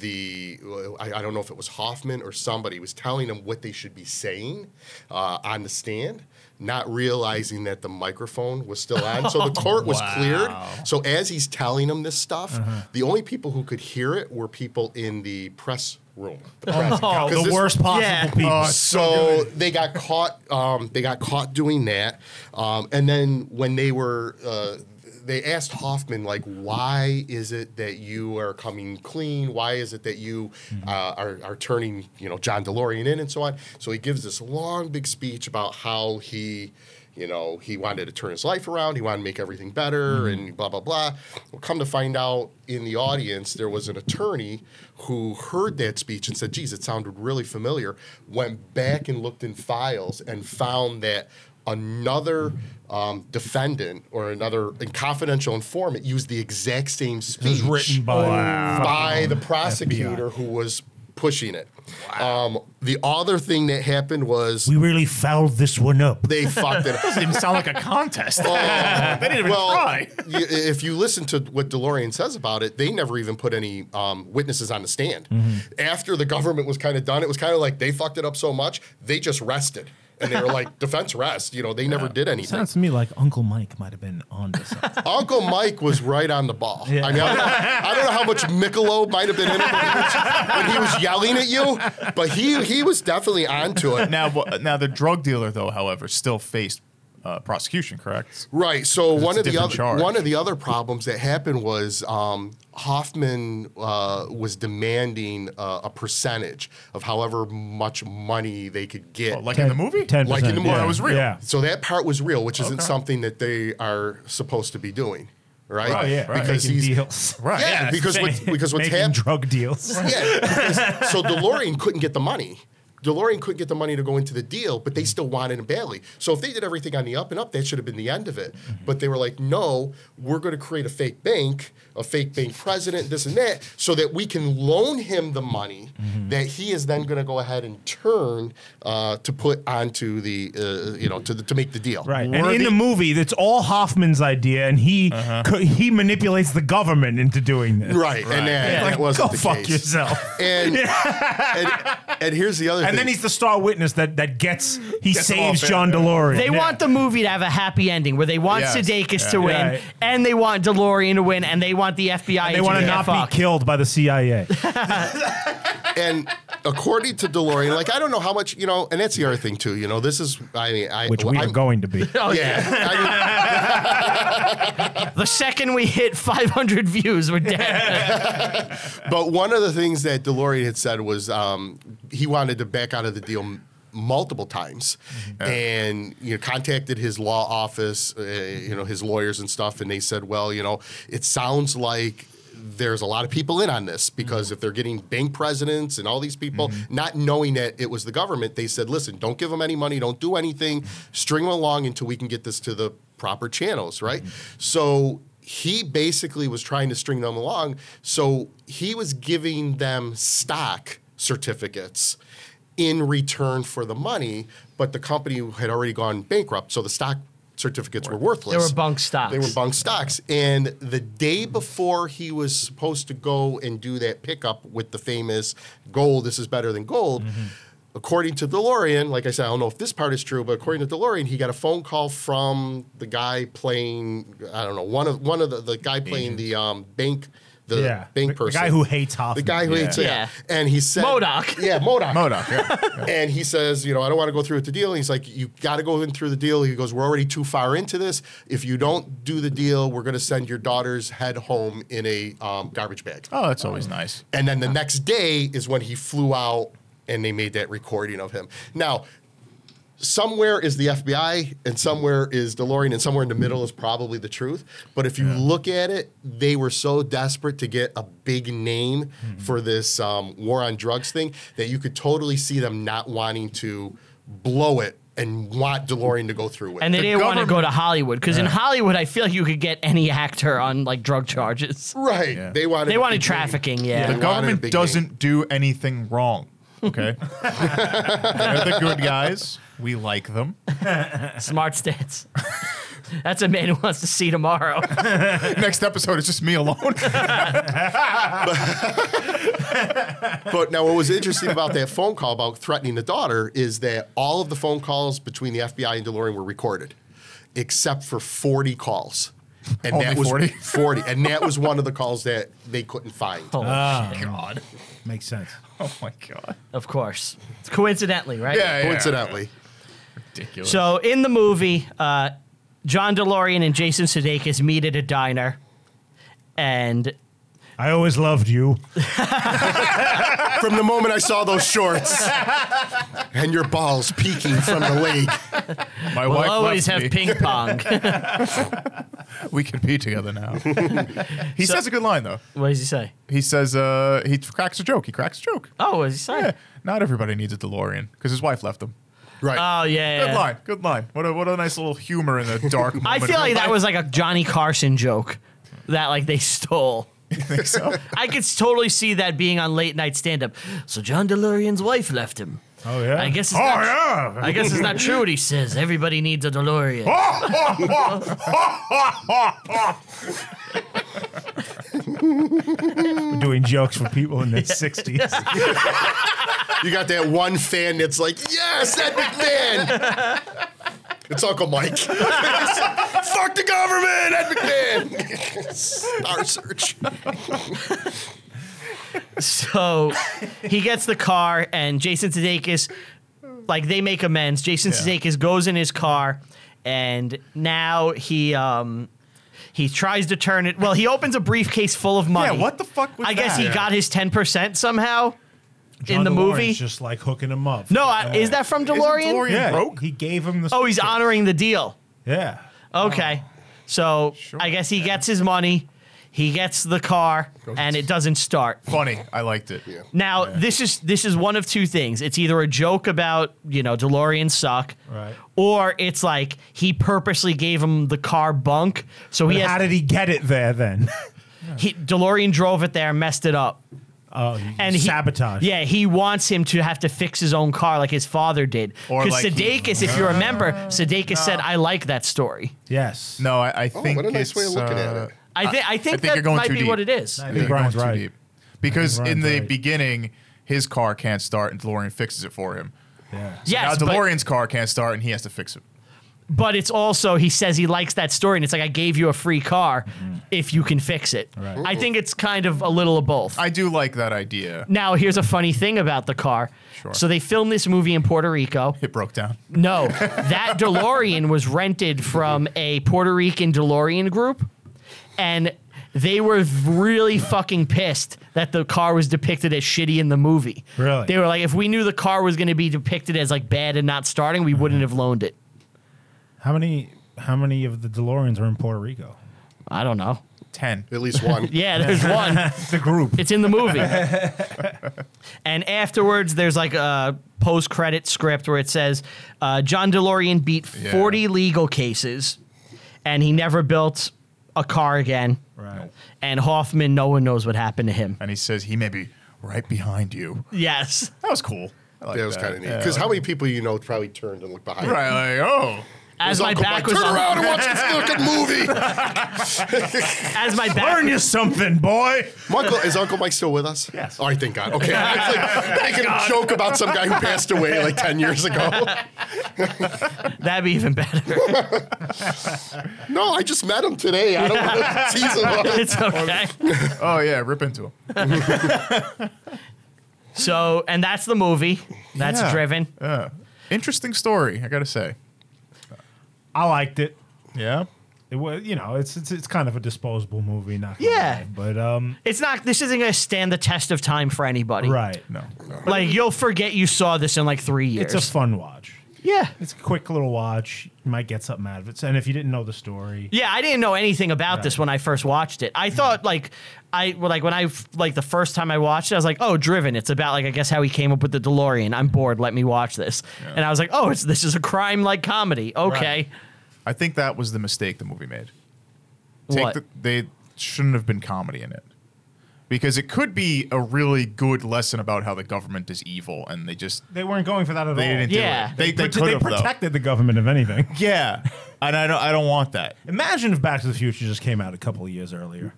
D: the I, I don't know if it was Hoffman or somebody was telling them what they should be saying uh, on the stand, not realizing that the microphone was still on. So the court was cleared. So as he's telling them this stuff,
C: Uh-huh.
D: the only people who could hear it were people in the press room. The, press, 'cause
C: Oh, The
D: this-
C: worst possible
A: yeah.
C: people.
B: Oh,
D: so they got caught. Um, they got caught doing that, um, and then when they were, uh, they asked Hoffman like, "Why is it that you are coming clean? Why is it that you uh, are, are turning, you know, John DeLorean in and so on?" So he gives this long, big speech about how he. You know, he wanted to turn his life around. He wanted to make everything better
C: Mm-hmm.
D: and blah, blah, blah. Well, come to find out in the audience, there was an attorney who heard that speech and said, geez, it sounded really familiar. Went back and looked in files and found that another um, defendant or another confidential informant used the exact same speech
C: It was written by,
D: by the prosecutor who was pushing it. Um, the other thing that happened was
C: We really fouled this one up.
D: they fucked it up.
E: Doesn't even sound like a contest. they didn't even
D: well,
E: try.
D: y- if you listen to what DeLorean says about it, they never even put any um, witnesses on the stand.
E: Mm-hmm.
D: After the government was kind of done, it was kind of like they fucked it up so much, they just rested. And they were like, defense rest. You know, they never did anything.
C: Sounds to me like Uncle Mike might have been on to something.
D: Uncle Mike was right on the ball. I mean, I don't, know, I don't know how much Michelob might have been in it when he was, when he was yelling at you, but he he was definitely onto it.
B: Now, wha- now the drug dealer, though, however, still faced uh, prosecution, correct?
D: Right. So one
B: a
D: of the
B: different
D: other
B: charge.
D: one of the other problems that happened was um, Hoffman uh, was demanding uh, a percentage of however much money they could get.
B: Well, like in the movie?
C: 10%,
D: Like in the movie.
C: yeah.
D: That was
B: real.
C: Yeah.
D: so that part was real, which isn't
B: Okay.
D: something that they are supposed to be doing, right?
B: Right, Oh, yeah. Right.
D: Oh, Because
C: Making
D: he's
C: deals.
B: Right.
D: yeah,
B: yeah.
D: because what, because what's
C: Making
D: happening
C: drug deals.
D: yeah. because- so DeLorean couldn't get the money. DeLorean couldn't get the money to go into the deal, but they still wanted him badly. So if they did everything on the up and up, that should have been the end of it.
C: Mm-hmm.
D: But they were like, no, we're going to create a fake bank, a fake bank president, this and that, so that we can loan him the money
C: Mm-hmm.
D: that he is then going to go ahead and turn uh, to put onto the, uh, you know, to, the, to make the deal.
C: Right. And in the movie, that's all Hoffman's idea, and he co- he manipulates the government into doing this.
D: Uh-huh. Right. And that,
C: It's
D: that
C: like,
D: wasn't
C: go
D: the
C: fuck
D: case.
C: yourself.
D: And, and, and here's the other thing.
C: And then he's the star witness that that gets he
B: them all
C: saves
B: fair.
C: John DeLorean.
A: They
C: Yeah.
A: want the movie to have a happy ending where they want
B: Yes.
A: Sudeikis
B: Yeah.
A: to win
C: Right.
A: and they want DeLorean to win and they want the FBI
C: They want to
A: get
C: not
A: fucked.
C: be killed by the CIA.
D: and according to DeLorean, like I don't know how much you know, and that's the other thing too. You know, this is I mean, I
C: which we are
D: I'm-
C: going to be.
A: Oh, yeah.
D: Yeah, I mean,
A: The second we hit 500 views, we're dead.
D: but one of the things that DeLorean had said was um, he wanted to back out of the deal m- multiple times, and you know contacted his law office, uh, you know his lawyers and stuff, and they said, well, you know, it sounds like. There's a lot of people in on this because if they're getting bank presidents and all these people, not knowing that it was the government, they said, listen, don't give them any money, don't do anything, string them along until we can get this to the proper channels, right? So he basically was trying to string them along. So he was giving them stock certificates in return for the money, but the company had already gone bankrupt. So the stock certificates were worthless.
A: They were bunk stocks.
D: They were bunk stocks. And the day before he was supposed to go and do that pickup with the famous gold, this is better than gold. According to DeLorean, like I said, I don't know if this part is true, but according to DeLorean, he got a phone call from the guy playing, I don't know, one of one of the, the guy playing the um, bank, the
C: yeah,
D: bank
C: the, the
D: person,
C: guy who hates
D: the
C: Hoffman.
D: guy who
B: Yeah.
D: hates yeah.
A: Yeah.
D: and he said
A: Modoc.
D: yeah, Modoc,
B: Modoc. Yeah.
D: and he says, you know, I don't want to go through with the deal. And he's like, you got to go in through the deal. He goes, we're already too far into this. If you don't do the deal, we're going to send your daughter's head home in a um, garbage bag.
B: Oh, that's always nice.
D: And then the next day is when he flew out and they made that recording of him. Now, somewhere is the FBI and somewhere is DeLorean and somewhere in the middle is probably the truth. But if you look at it, they were so desperate to get a big name
A: Hmm.
D: for this um, war on drugs thing that you could totally see them not wanting to blow it and want DeLorean to go through with
A: And they
D: it.
A: didn't want to go
B: government-
A: to Hollywood because in Hollywood, I feel like you could get any actor on like drug charges.
D: right.
B: Yeah.
D: They wanted
A: They
D: a
A: wanted
D: big name.
A: trafficking, yeah.
B: The
D: wanted a
B: government
D: big name.
B: doesn't do anything wrong. Okay. They're the good guys. We like them.
A: Smart stats. That's a man who wants to see tomorrow.
B: Next episode is just me alone.
D: But now, what was interesting about that phone call about threatening the daughter is that all of the phone calls between the FBI and DeLorean were recorded, except for 40 calls. And
B: Only
D: that was
B: 40?
D: 40. And that was one of the calls that they couldn't find.
A: Oh,
B: God.
C: Makes sense.
B: Oh my God.
A: Of course. It's coincidentally, right?
B: Yeah.
D: Coincidentally.
B: Ridiculous.
A: So in the movie, uh, John DeLorean and Jason Sudeikis meet at a diner, and
C: I always loved you.
D: From the moment I saw those shorts and your balls peeking from the leg.
B: my
A: we'll
B: wife
A: always
B: left
A: have
B: me.
A: ping pong.
B: We can be together now. he says a good line though.
A: what does he say?
B: He says uh, he cracks a joke. He cracks a joke.
A: Oh, what does he say?
B: Yeah, not everybody needs a DeLorean because his wife left him. Uh,
D: Right.
A: Oh, yeah.
B: Good line. Good line. What a what a nice little humor in the dark. Moment
A: I feel
B: of
A: like
B: your
A: that
B: life.
A: was like a Johnny Carson joke that like they stole.
B: Think so?
A: I could totally see that being on late night stand up. So John DeLorean's wife left him.
C: Oh yeah.
A: I guess it's
C: oh
A: not-
C: yeah.
A: I guess it's not true what he says. Everybody needs a DeLorean.
C: We're doing jokes for people in their sixties.
D: You got that one fan that's like, yes, that McMahon. It's Uncle Mike. Fuck the government, Ed McMahon. Star search.
A: So he gets the car, and Jason Sudeikis, like they make amends. Jason
B: Yeah.
A: Sudeikis goes in his car, and now he um he tries to turn it. Well, he opens a briefcase full of money.
B: what the fuck was
A: I guess
B: that?
A: he
B: Yeah.
A: got his ten percent somehow in
C: John
A: the movie.
C: DeLorean's just like hooking him up.
A: no, I, is that from DeLorean?
B: DeLorean-
C: yeah,
B: broke?
C: He gave him the.
A: Oh, he's
C: speech.
A: honoring the deal.
C: Yeah.
A: Okay,
B: Oh.
A: so I guess he gets his money. He gets the car, and it doesn't start.
B: Funny. I liked it.
D: Yeah.
A: Now this is this is one of two things. It's either a joke about you know DeLorean suck,
C: Right.
A: or it's like he purposely gave him the car bunk, so he
C: How
A: has
C: did he get it there then?
A: he, DeLorean drove it there, and messed it up,
C: Oh,
A: and he-
C: sabotage.
A: Yeah, he wants him to have to fix his own car like his father did.
B: Or
A: Because
B: like he- Ah,
A: Sudeikis, if you remember, Sudeikis said, "I like that story."
C: Yes.
B: No,
A: Oh,
B: I, I think
D: what a nice
B: it's,
D: way of looking at
B: uh,
D: it.
A: I think I think
B: think
A: that
B: you're going
A: might
B: too
A: be
B: deep.
A: what it is.
C: I
B: You're
C: think
B: going
C: Brian's
B: too
C: right.
B: deep. Because in
C: Brian's
B: the
C: right.
B: beginning, his car can't start, and DeLorean fixes it for him.
C: Yeah.
A: Yes,
B: now
A: but-
B: DeLorean's car can't start, and he has to fix it.
A: but it's also he says he likes that story and it's like i gave you a free car if you can fix it
C: Right.
A: i think it's kind of a little of both
B: I do like that idea.
A: now here's a funny thing about the car
B: Sure.
A: so they filmed this movie in puerto rico
B: It broke down.
A: no that delorean was rented from a puerto rican delorean group and they were really fucking pissed that the car was depicted as shitty in the movie
C: Really?
A: they were like if we knew the car was going to be depicted as like bad and not starting we wouldn't have loaned it
C: How many? How many of the DeLoreans are in Puerto Rico?
A: i don't know
B: Ten.
D: At least one.
A: yeah there's one
C: The group.
A: It's in the movie. and afterwards, there's like a post credit script where it says uh, John DeLorean beat
B: Yeah.
A: 40 legal cases and he never built a car again.
C: Right.
A: And Hoffman, no one knows what happened to him.
B: And he says he may be right behind you.
A: Yes.
B: That was cool. I like
D: That was kind of neat. Because
B: Yeah.
D: how many people you know probably turned and looked behind?
B: Right, like, oh,
A: as
D: His
A: my
D: uncle,
A: back
D: like,
A: was
D: turn
A: on-
D: around and watch this fucking movie.
A: as my back
E: Learn you something, boy.
D: My uncle, is Uncle Mike still with us?
E: Yes.
D: All right, thank God. Okay, I was like making a joke about some guy who passed away like ten years ago.
A: that'd be even better.
D: No, I just met him today. I don't want to tease him. About it.
A: it's okay.
B: Oh yeah, rip into him.
A: So, and that's the movie. That's
B: Yeah.
A: driven.
B: Yeah. Interesting story, I gotta say.
C: I liked it.
B: Yeah.
C: It was, you know, it's it's, it's kind of a disposable movie, not gonna
A: Yeah.
C: lie, but um,
A: It's not. This isn't going to stand the test of time for anybody.
C: right,
B: No.
A: Like you'll forget you saw this in like three years.
C: it's a fun watch.
A: yeah.
C: It's a quick little watch. You might get something out of it. And if you didn't know the story,
A: Yeah, I didn't know anything about this when I first watched it.
C: Mm-hmm.
A: I thought like I well, like when I f- like the first time I watched it, I was like, "Oh, Driven." It's about like I guess how he came up with the DeLorean. I'm bored. Let me watch this. And I was like, "Oh, it's this is a crime like comedy." Okay,
B: I think that was the mistake the movie made.
A: What?
B: The, they shouldn't have been comedy in it. Because it could be a really good lesson about how the government is evil and they just
C: they weren't going for that at
B: they
C: all.
B: didn't
A: Yeah.
B: do it. They,
C: But
B: they,
C: they,
B: could have though.
C: protected the government of anything.
B: Yeah. And I don't I don't want that.
C: Imagine if Back to the Future just came out a couple of years earlier.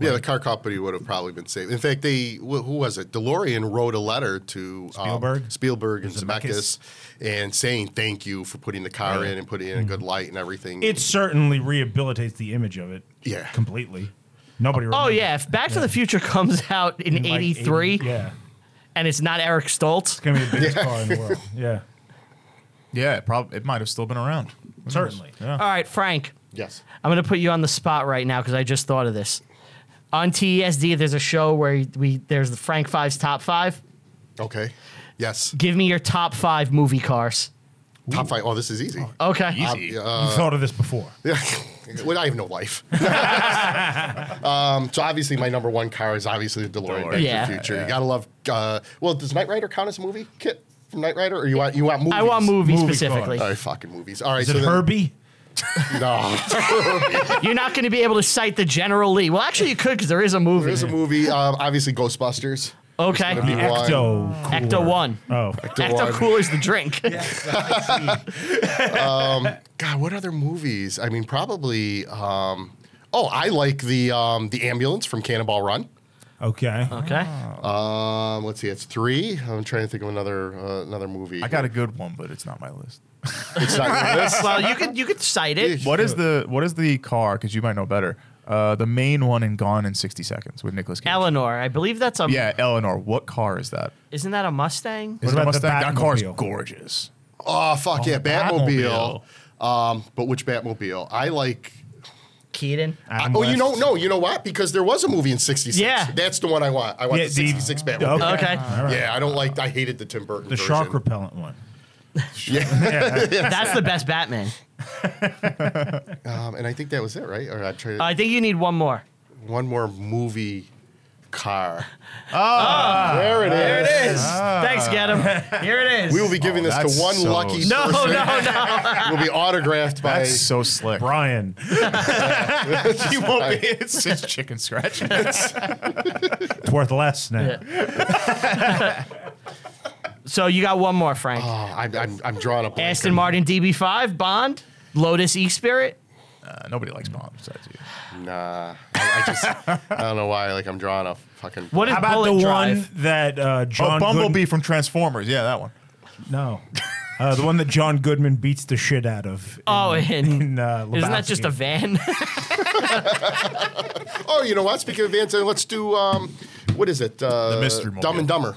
D: Yeah, the car company would have probably been saved. In fact, they wh- who was it? DeLorean wrote a letter to um,
C: Spielberg?
D: Spielberg and
C: Zemeckis.
D: Zemeckis, and saying thank you for putting the car in and putting it in a
A: Mm-hmm.
D: good light and everything.
C: It certainly rehabilitates the image of it.
D: Yeah.
C: completely. Nobody.
A: Oh
C: remembers
A: yeah, if Back to the Future comes out in,
C: it in, like,
A: 83
C: 80 yeah,
A: and it's not Eric Stoltz,
C: it's gonna be the biggest car in the world. Yeah,
B: Yeah, it probably it might have still been around. Who knows?
C: certainly. Uh,
B: Yeah.
A: all right, Frank,
D: yes.
A: I'm going to put you on the spot right now because I just thought of this. On TESD, there's a show where we there's the Frank Five's top five.
D: Okay. Yes.
A: Give me your top five movie cars.
D: Top five. Oh, this is easy.
A: Okay.
D: Uh,
B: Easy.
D: uh,
C: you thought of this before.
D: yeah. uh, Well, I have no life. um, so obviously, my number one car is obviously the DeLorean. Back to the
A: Yeah.
D: Future. You gotta love. Uh, well, does Knight Rider count as a movie kit from Knight Rider, or you want you want movies?
A: I want movies
C: Movie
A: specifically.
D: All right, fucking movies. All right.
C: Is it
D: then-
C: Herbie?
D: No.
A: You're not going to be able to cite the General Lee. Well, actually, you could because there is a movie.
D: There's a movie, um, obviously Ghostbusters.
A: okay.
D: gonna be
A: Ecto,
D: one.
C: Ecto. Cooler.
A: one.
C: Oh,
A: Ecto
D: one.
A: Cooler's the drink.
D: God, what other movies? I mean, probably. Um, oh, I like the um, the ambulance from Cannonball Run.
C: okay.
A: Okay.
D: Um, let's see, it's three. I'm trying to think of another uh, another movie.
B: I got a good one, but it's not my list.
D: It's not on this.
A: Well, you could you could cite it.
B: What is the what is the car? Because you might know better. Uh, the main one in Gone in 60 Seconds with Nicolas Cage.
A: Eleanor, I believe that's a.
B: Yeah, Eleanor. What car is that?
A: Isn't that a Mustang?
B: Is it a
C: about the
B: Mustang? That car's
C: Batmobile?
B: gorgeous.
D: Oh fuck yeah,
B: the
D: Batmobile. Um, but which Batmobile? I like.
A: Keaton.
D: I-
C: Adam
D: oh, you
C: West.
D: know, no, you know what? Because there was a movie in '66.
A: Yeah.
D: that's the one I want. I want
C: Yeah,
D: the
C: the-
D: '66 Batmobile.
A: Okay.
C: All right.
D: Yeah, I don't like. I hated the Tim Burton.
C: The
D: version.
C: shark repellent one.
D: Yeah.
A: That's the best Batman.
D: um, and I think that was it, right? Or I'm trying. To,
A: Oh, I think you need one more.
D: one more movie car. Oh, there it is.
A: Ah. Thanks, get him. Here it is.
D: We will be giving this
B: that's
D: to one
B: so
D: lucky
A: no, no,
D: person.
A: no.
D: will be autographed by.
B: That's so slick.
C: Brian.
B: he won't be. It's just chicken scratch.
C: It's worth less now.
A: So you got one more, Frank.
D: Oh, I'm, I'm, I'm drawing a blank.
A: Aston Martin DB5, Bond, Lotus E Spirit.
B: Uh, nobody likes Bond besides you.
D: Nah, I, I just I don't know why. Like I'm drawing a fucking.
A: What is
C: How about
A: Bullet
C: the
A: Drive?
C: one that uh,
B: Oh,
C: John
B: Bumblebee
C: Goodman-
B: from Transformers. Yeah, that one.
C: no, uh, the one that John Goodman beats the shit out of. in-
A: Oh, and
C: in, uh,
A: isn't that just a
C: Lebowski.
A: van?
D: Oh, you know what? Speaking of Vance, let's do um, what is it? Uh,
B: The Mystery Mobile.
D: Dumb and Dumber.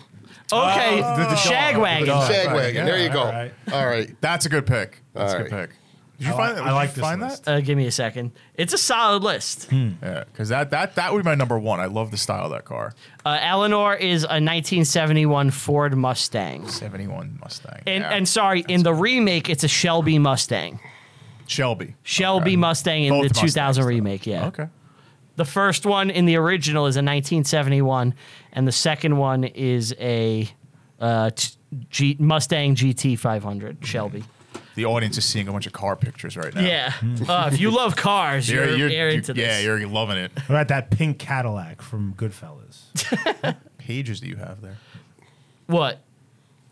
A: okay,
C: Oh, the- the
A: shag
C: dog.
A: wagon.
C: The dog.
D: Shag
B: right,
D: wagon.
B: yeah,
D: there you go.
C: all right.
D: All right.
B: That's a good pick. That's a good
D: Alright.
B: pick. Did you
C: I
B: find
C: like-
B: that?
C: I
B: Did you
C: like this
B: find
C: list.
B: that?
A: Uh, give me a second. It's a solid list.
B: Yeah, because that, that that would be my number one. I love the style of that car.
A: Uh, Eleanor is a 1971 Ford Mustang.
B: Seventy-one Mustang.
A: And,
B: yeah.
A: and sorry, in the remake, it's a Shelby Mustang.
B: Shelby.
A: Shelby
B: Okay.
A: Mustang in
B: Both
A: the 2000
B: Mustangs, though.
A: remake, yeah.
B: Okay.
A: The first one in the original is a 1971, and the second one is a uh, t- G- Mustang GT 500 Shelby.
B: The audience is seeing a bunch of car pictures right now.
A: Yeah. Uh, if you love cars, you're, you're, into
B: you-
A: this.
B: Yeah, you're loving it.
C: What about that pink Cadillac from Goodfellas?
B: pages do you have there? Ah.
A: what?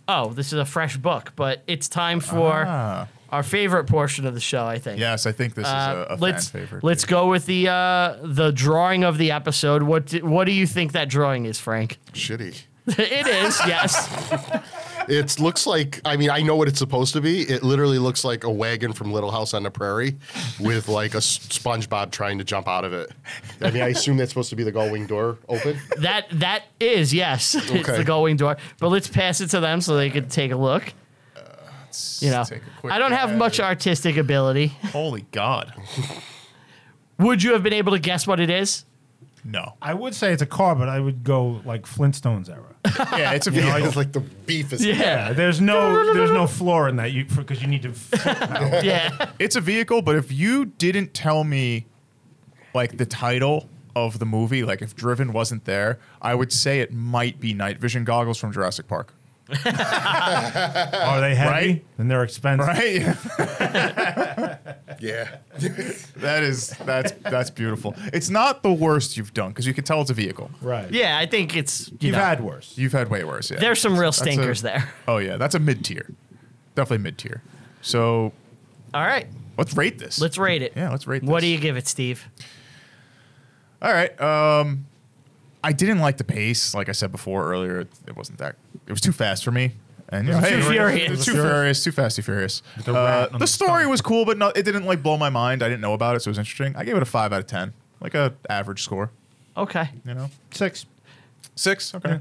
A: Oh, this is a fresh book, but it's time for our favorite portion of the show, I think.
B: Yes, I think this
A: Uh,
B: is a, a
A: let's
B: fan favorite.
A: let's go with the uh, the drawing of the episode. What do, what do you think that drawing is, Frank?
D: Shitty.
A: it is yes.
D: It looks like I mean I know what it's supposed to be. It literally looks like a wagon from Little House on the Prairie, with like a s- SpongeBob trying to jump out of it. I mean I assume that's supposed to be the gullwing door open.
A: That that is yes. it's
D: Okay.
A: the going door. But let's pass it to them so they could take a look. You know,
B: take a quick
A: I don't have
B: look
A: much artistic ability.
B: Holy God.
A: Would you have been able to guess what it is?
B: No.
C: I would say it's a car, but I would go like Flintstones era.
B: Yeah, it's a
D: You know,
B: vehicle.
D: it's like the beef is
A: Yeah,
C: Yeah, there's no there's no floor in that you because you need to.
A: yeah.
B: it's a vehicle, but if you didn't tell me like the title of the movie, like if Driven wasn't there, I would say it might be night vision goggles from Jurassic Park.
C: Are they heavy?
B: Right?
C: And they're expensive.
B: Right?
D: yeah.
B: that is that's that's beautiful. It's not the worst you've done because you can tell it's a vehicle.
C: Right.
A: Yeah, I think it's you
C: You've
A: know,
C: had worse.
B: You've had way worse. Yeah.
A: there's some real
B: That's a-
A: stinkers there.
B: Oh yeah, that's a mid tier, definitely mid tier. So
A: All right,
B: let's rate this.
A: let's rate it.
B: Yeah, let's rate
A: What
B: this.
A: do you give it, Steve?
B: All right. Um, I didn't like the pace. Like I said before earlier, it, it wasn't that. It was too fast for me. And you know,
C: was
B: hey,
C: too
B: it was-
A: furious.
B: it was too furious, too fast, too furious.
C: The
B: The,
C: rat
B: uh,
C: on
B: the
C: the
B: story
C: stomach.
B: was cool, but not, it didn't like blow my mind. I didn't know about it, so it was interesting. I gave it a five out of ten, like a average score.
A: Okay,
B: You know,
C: Six.
B: six. Okay.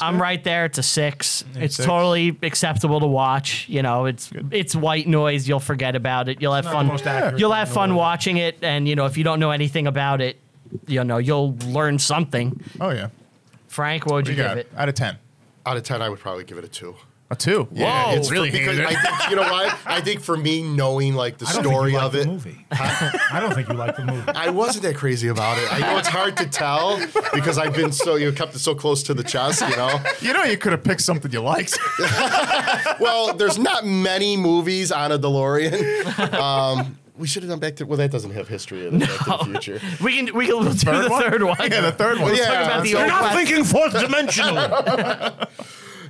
A: I'm right there. It's a six. It's
B: six.
A: totally acceptable to watch. You know, it's it's white noise. You'll forget about it. You'll have
C: Not
A: fun.
C: the most accurate
A: You'll
C: thing
A: have
C: in the
A: fun
C: world.
A: watching it, and you know, if you don't know anything about it, you know, you'll learn something.
B: Oh yeah.
A: Frank, what would
B: What
A: you
B: you
A: give
B: got?
A: it?
B: Out of ten.
D: Out of ten, I would probably give it a two.
B: A two.
D: Yeah,
B: it's really
D: because
B: hated it.
D: I think you know what I think for me knowing like the
C: I don't think
D: story
C: you like
D: of
C: the
D: it.
C: movie. I don't think you like the movie.
D: I wasn't that crazy about it. I know it's hard to tell because I've been so you know, kept it so close to the chest, you know.
B: you know, you could have picked something you liked.
D: Well, there's not many movies on a DeLorean. Um, we should have done Back to well, that doesn't have history in it, Back to the Future.
A: We can we can we'll do the third one.
B: yeah, the third one.
D: Yeah.
A: Talk about the
D: You're
A: old class-
E: thinking fourth dimensional.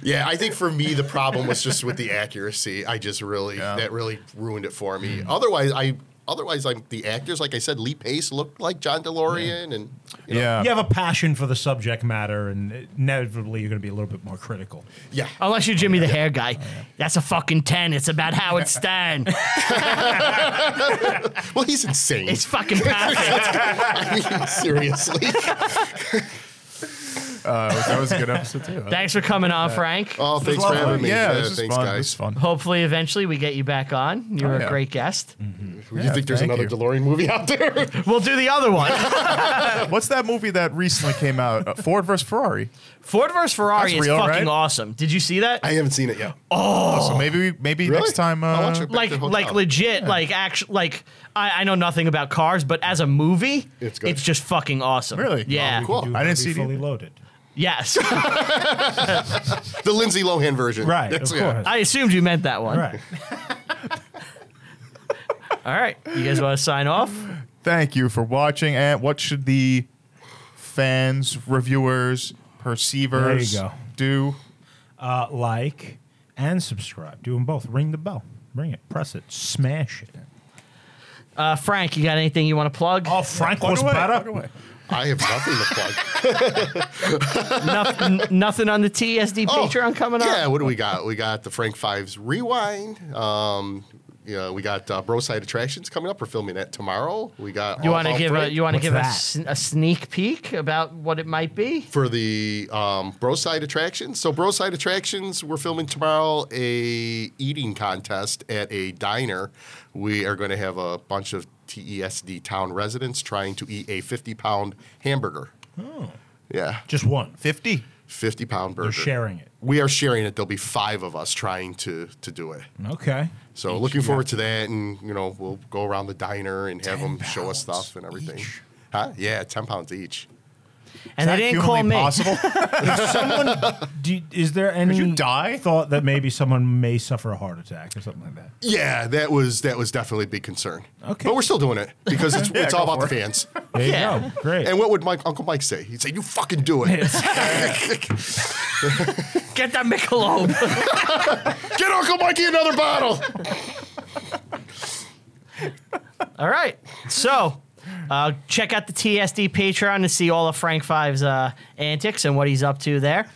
D: Yeah, I think for me the problem was just with the accuracy. I just really that really ruined it for me. Otherwise, I otherwise like the actors, like I said, Lee Pace looked like John DeLorean, and you know,
B: Yeah.
C: You have a passion for the subject matter, and inevitably you're going to be a little bit more critical.
D: yeah.
A: Unless you're Jimmy the hair guy,
B: Oh,
A: that's a fucking ten. It's about Howard Stern.
D: Well, he's insane.
A: it's fucking perfect.
D: I mean, seriously.
B: Uh, that was a good episode too.
A: Thanks for coming on, Frank.
D: Oh, thanks for
C: lovely.
D: having me.
B: yeah, this is
D: thanks,
B: fun. This is
D: guys.
B: fun.
A: Hopefully, eventually, we get you back on. You're
B: Oh,
A: a
B: yeah.
A: great guest.
D: you think there's
B: thank
D: another
B: you.
D: DeLorean movie out there?
A: We'll do the other one.
B: What's that movie that recently came out? Uh, Ford versus Ferrari.
A: Ford vs. Ferrari
B: That's
A: is
B: real,
A: fucking
B: right?
A: awesome. Did you see that?
D: I haven't seen it yet.
B: So maybe maybe
D: Really?
B: next time.
D: I'll
B: Uh,
D: watch it.
A: like,
D: Back to
A: like
D: Hotel.
A: legit, like actually, like I, I know nothing about cars, but as a movie,
D: It's good.
A: just fucking awesome.
B: Really?
A: Yeah.
D: Cool.
C: You
B: I didn't
C: gotta
B: see
C: be
B: it
C: fully
B: either.
C: loaded.
A: Yes.
D: The Lindsay Lohan version.
C: Right, of
D: That's-
C: course.
D: yeah.
A: I assumed you meant that one.
C: right.
A: All right. You guys want to sign off?
B: Thank you for watching. And what should the fans, reviewers, perceivers
C: There you go.
B: do?
C: Uh, like and subscribe. Do them both. Ring the bell. Ring it. Press it. Smash it.
A: Uh, Frank, you got anything you want to plug?
C: Oh, Frank
B: Plug
C: was
B: away, plug
C: better.
B: away.
D: I have nothing to plug.
A: Noth- n- nothing on the TSD
D: Oh,
A: Patreon coming up.
D: Yeah, what do we got? We got the Frank Fives Rewind. Um, yeah, we got uh, Broside Attractions coming up. We're filming that tomorrow. We got.
A: You
D: All
A: want to
D: About
A: give a
D: Frank
A: you want to
C: What's
A: give a,
C: that?
A: sn- a sneak peek about what it might be?
D: for the um, Broside Attractions. So Broside Attractions, we're filming tomorrow a eating contest at a diner. We are going to have a bunch of TESD town residents trying to eat a 50 pound hamburger. Yeah,
C: Just one.
B: Fifty.
D: 50 pound burger.
C: Oh. You're sharing it.
D: We are sharing it. There'll be five of us trying to to do it.
C: Okay.
D: So looking forward to that, and you know we'll go around the diner and have them show us
C: pounds
D: stuff and everything.
C: each.
D: Huh? Yeah, ten pounds each.
A: And they
B: Is that
A: didn't call
B: humanly
A: me.
B: Possible?
C: Do you- is there any
B: you die?
C: thought that maybe someone may suffer a heart attack or something like that?
D: Yeah, that was that was definitely a big concern.
C: Okay.
D: but we're still doing it because it's, it's all
B: go
D: about the
B: for it.
D: fans.
C: There
A: Yeah.
C: you go. Great.
D: And what would Mike Uncle Mike say? He'd say, "You fucking do it.
A: Get that Michelob.
D: Get Uncle Mikey another bottle."
A: All right. So uh, check out the TSD Patreon to see all of Frank Five's uh, antics and what he's up to there.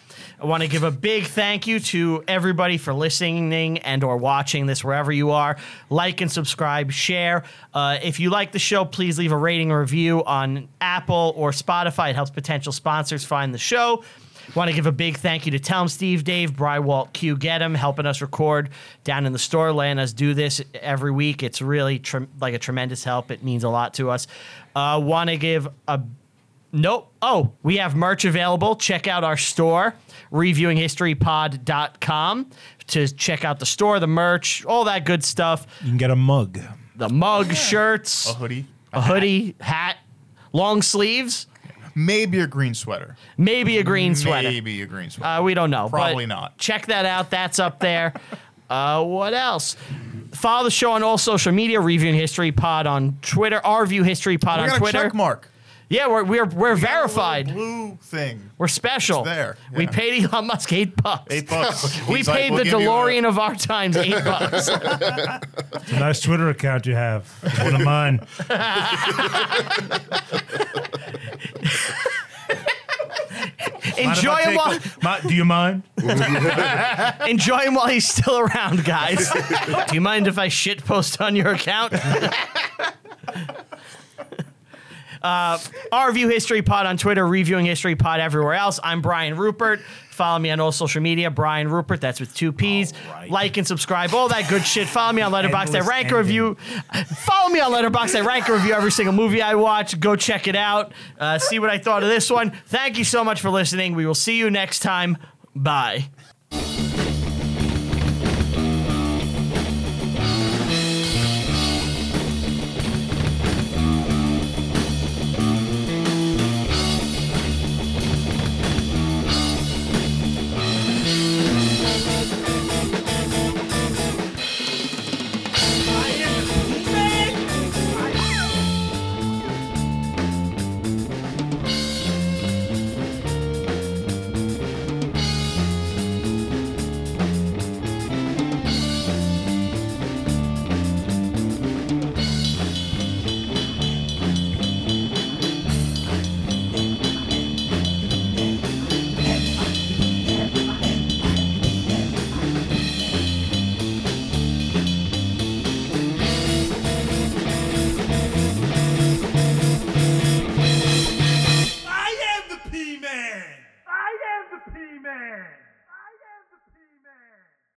A: I want to give a big thank you to everybody for listening and or watching this wherever you are. Like and subscribe, share. Uh, if you like the show, please leave a rating or review on Apple or Spotify. It helps potential sponsors find the show. Want to give a big thank you to Tom, Steve, Dave, Bry, Walt, Q, get 'em, helping us record down in the store, letting us do this every week. It's really tre- like a tremendous help. It means a lot to us. Uh, Want to give a Nope. Oh, we have merch available. Check out our store, reviewinghistorypod.com, to check out the store, the merch, all that good stuff.
C: You can get a mug.
A: The mug, shirts,
B: A hoodie,
A: a hoodie, hat, long sleeves,
B: maybe a green sweater,
A: maybe a green sweater.
B: maybe a green sweater.
A: Uh, we don't know. but
B: Probably not.
A: Check that out. That's up there. uh, what else? Follow the show on all social media. Reviewing History Pod on Twitter. Our View History Pod
B: we
A: on
B: got a
A: Twitter.
B: check mark.
A: Yeah, we're we're, we're
B: Got a little
A: verified.
B: blue thing.
A: We're special.
B: It's there,
A: We
B: yeah.
A: paid Elon Musk eight bucks.
B: Eight bucks.
A: we
B: He's like,
A: paid
B: "We'll
A: the
B: give you a-
A: DeLorean of our times eight bucks.
C: It's a nice Twitter account you have. It's one of mine. Mind if
A: enjoy
C: I
A: him
C: take
A: while
C: a- mi- do you mind?
A: enjoy him while he's still around, guys. Do you mind if I shit post on your account? uh, Uh, our View History Pod on Twitter, Reviewing History Pod everywhere else. I'm Brian Rupert. Follow me on all social media, Brian Rupert. That's with two P's.
C: All right.
A: Like and subscribe, all that good shit. Follow me on Letterboxd. I
C: Endless
A: rank
C: ending.
A: review. Follow me on Letterboxd. I rank review every single movie I watch. Go check it out. Uh, see what I thought of this one. Thank you so much for listening. We will see you next time. Bye.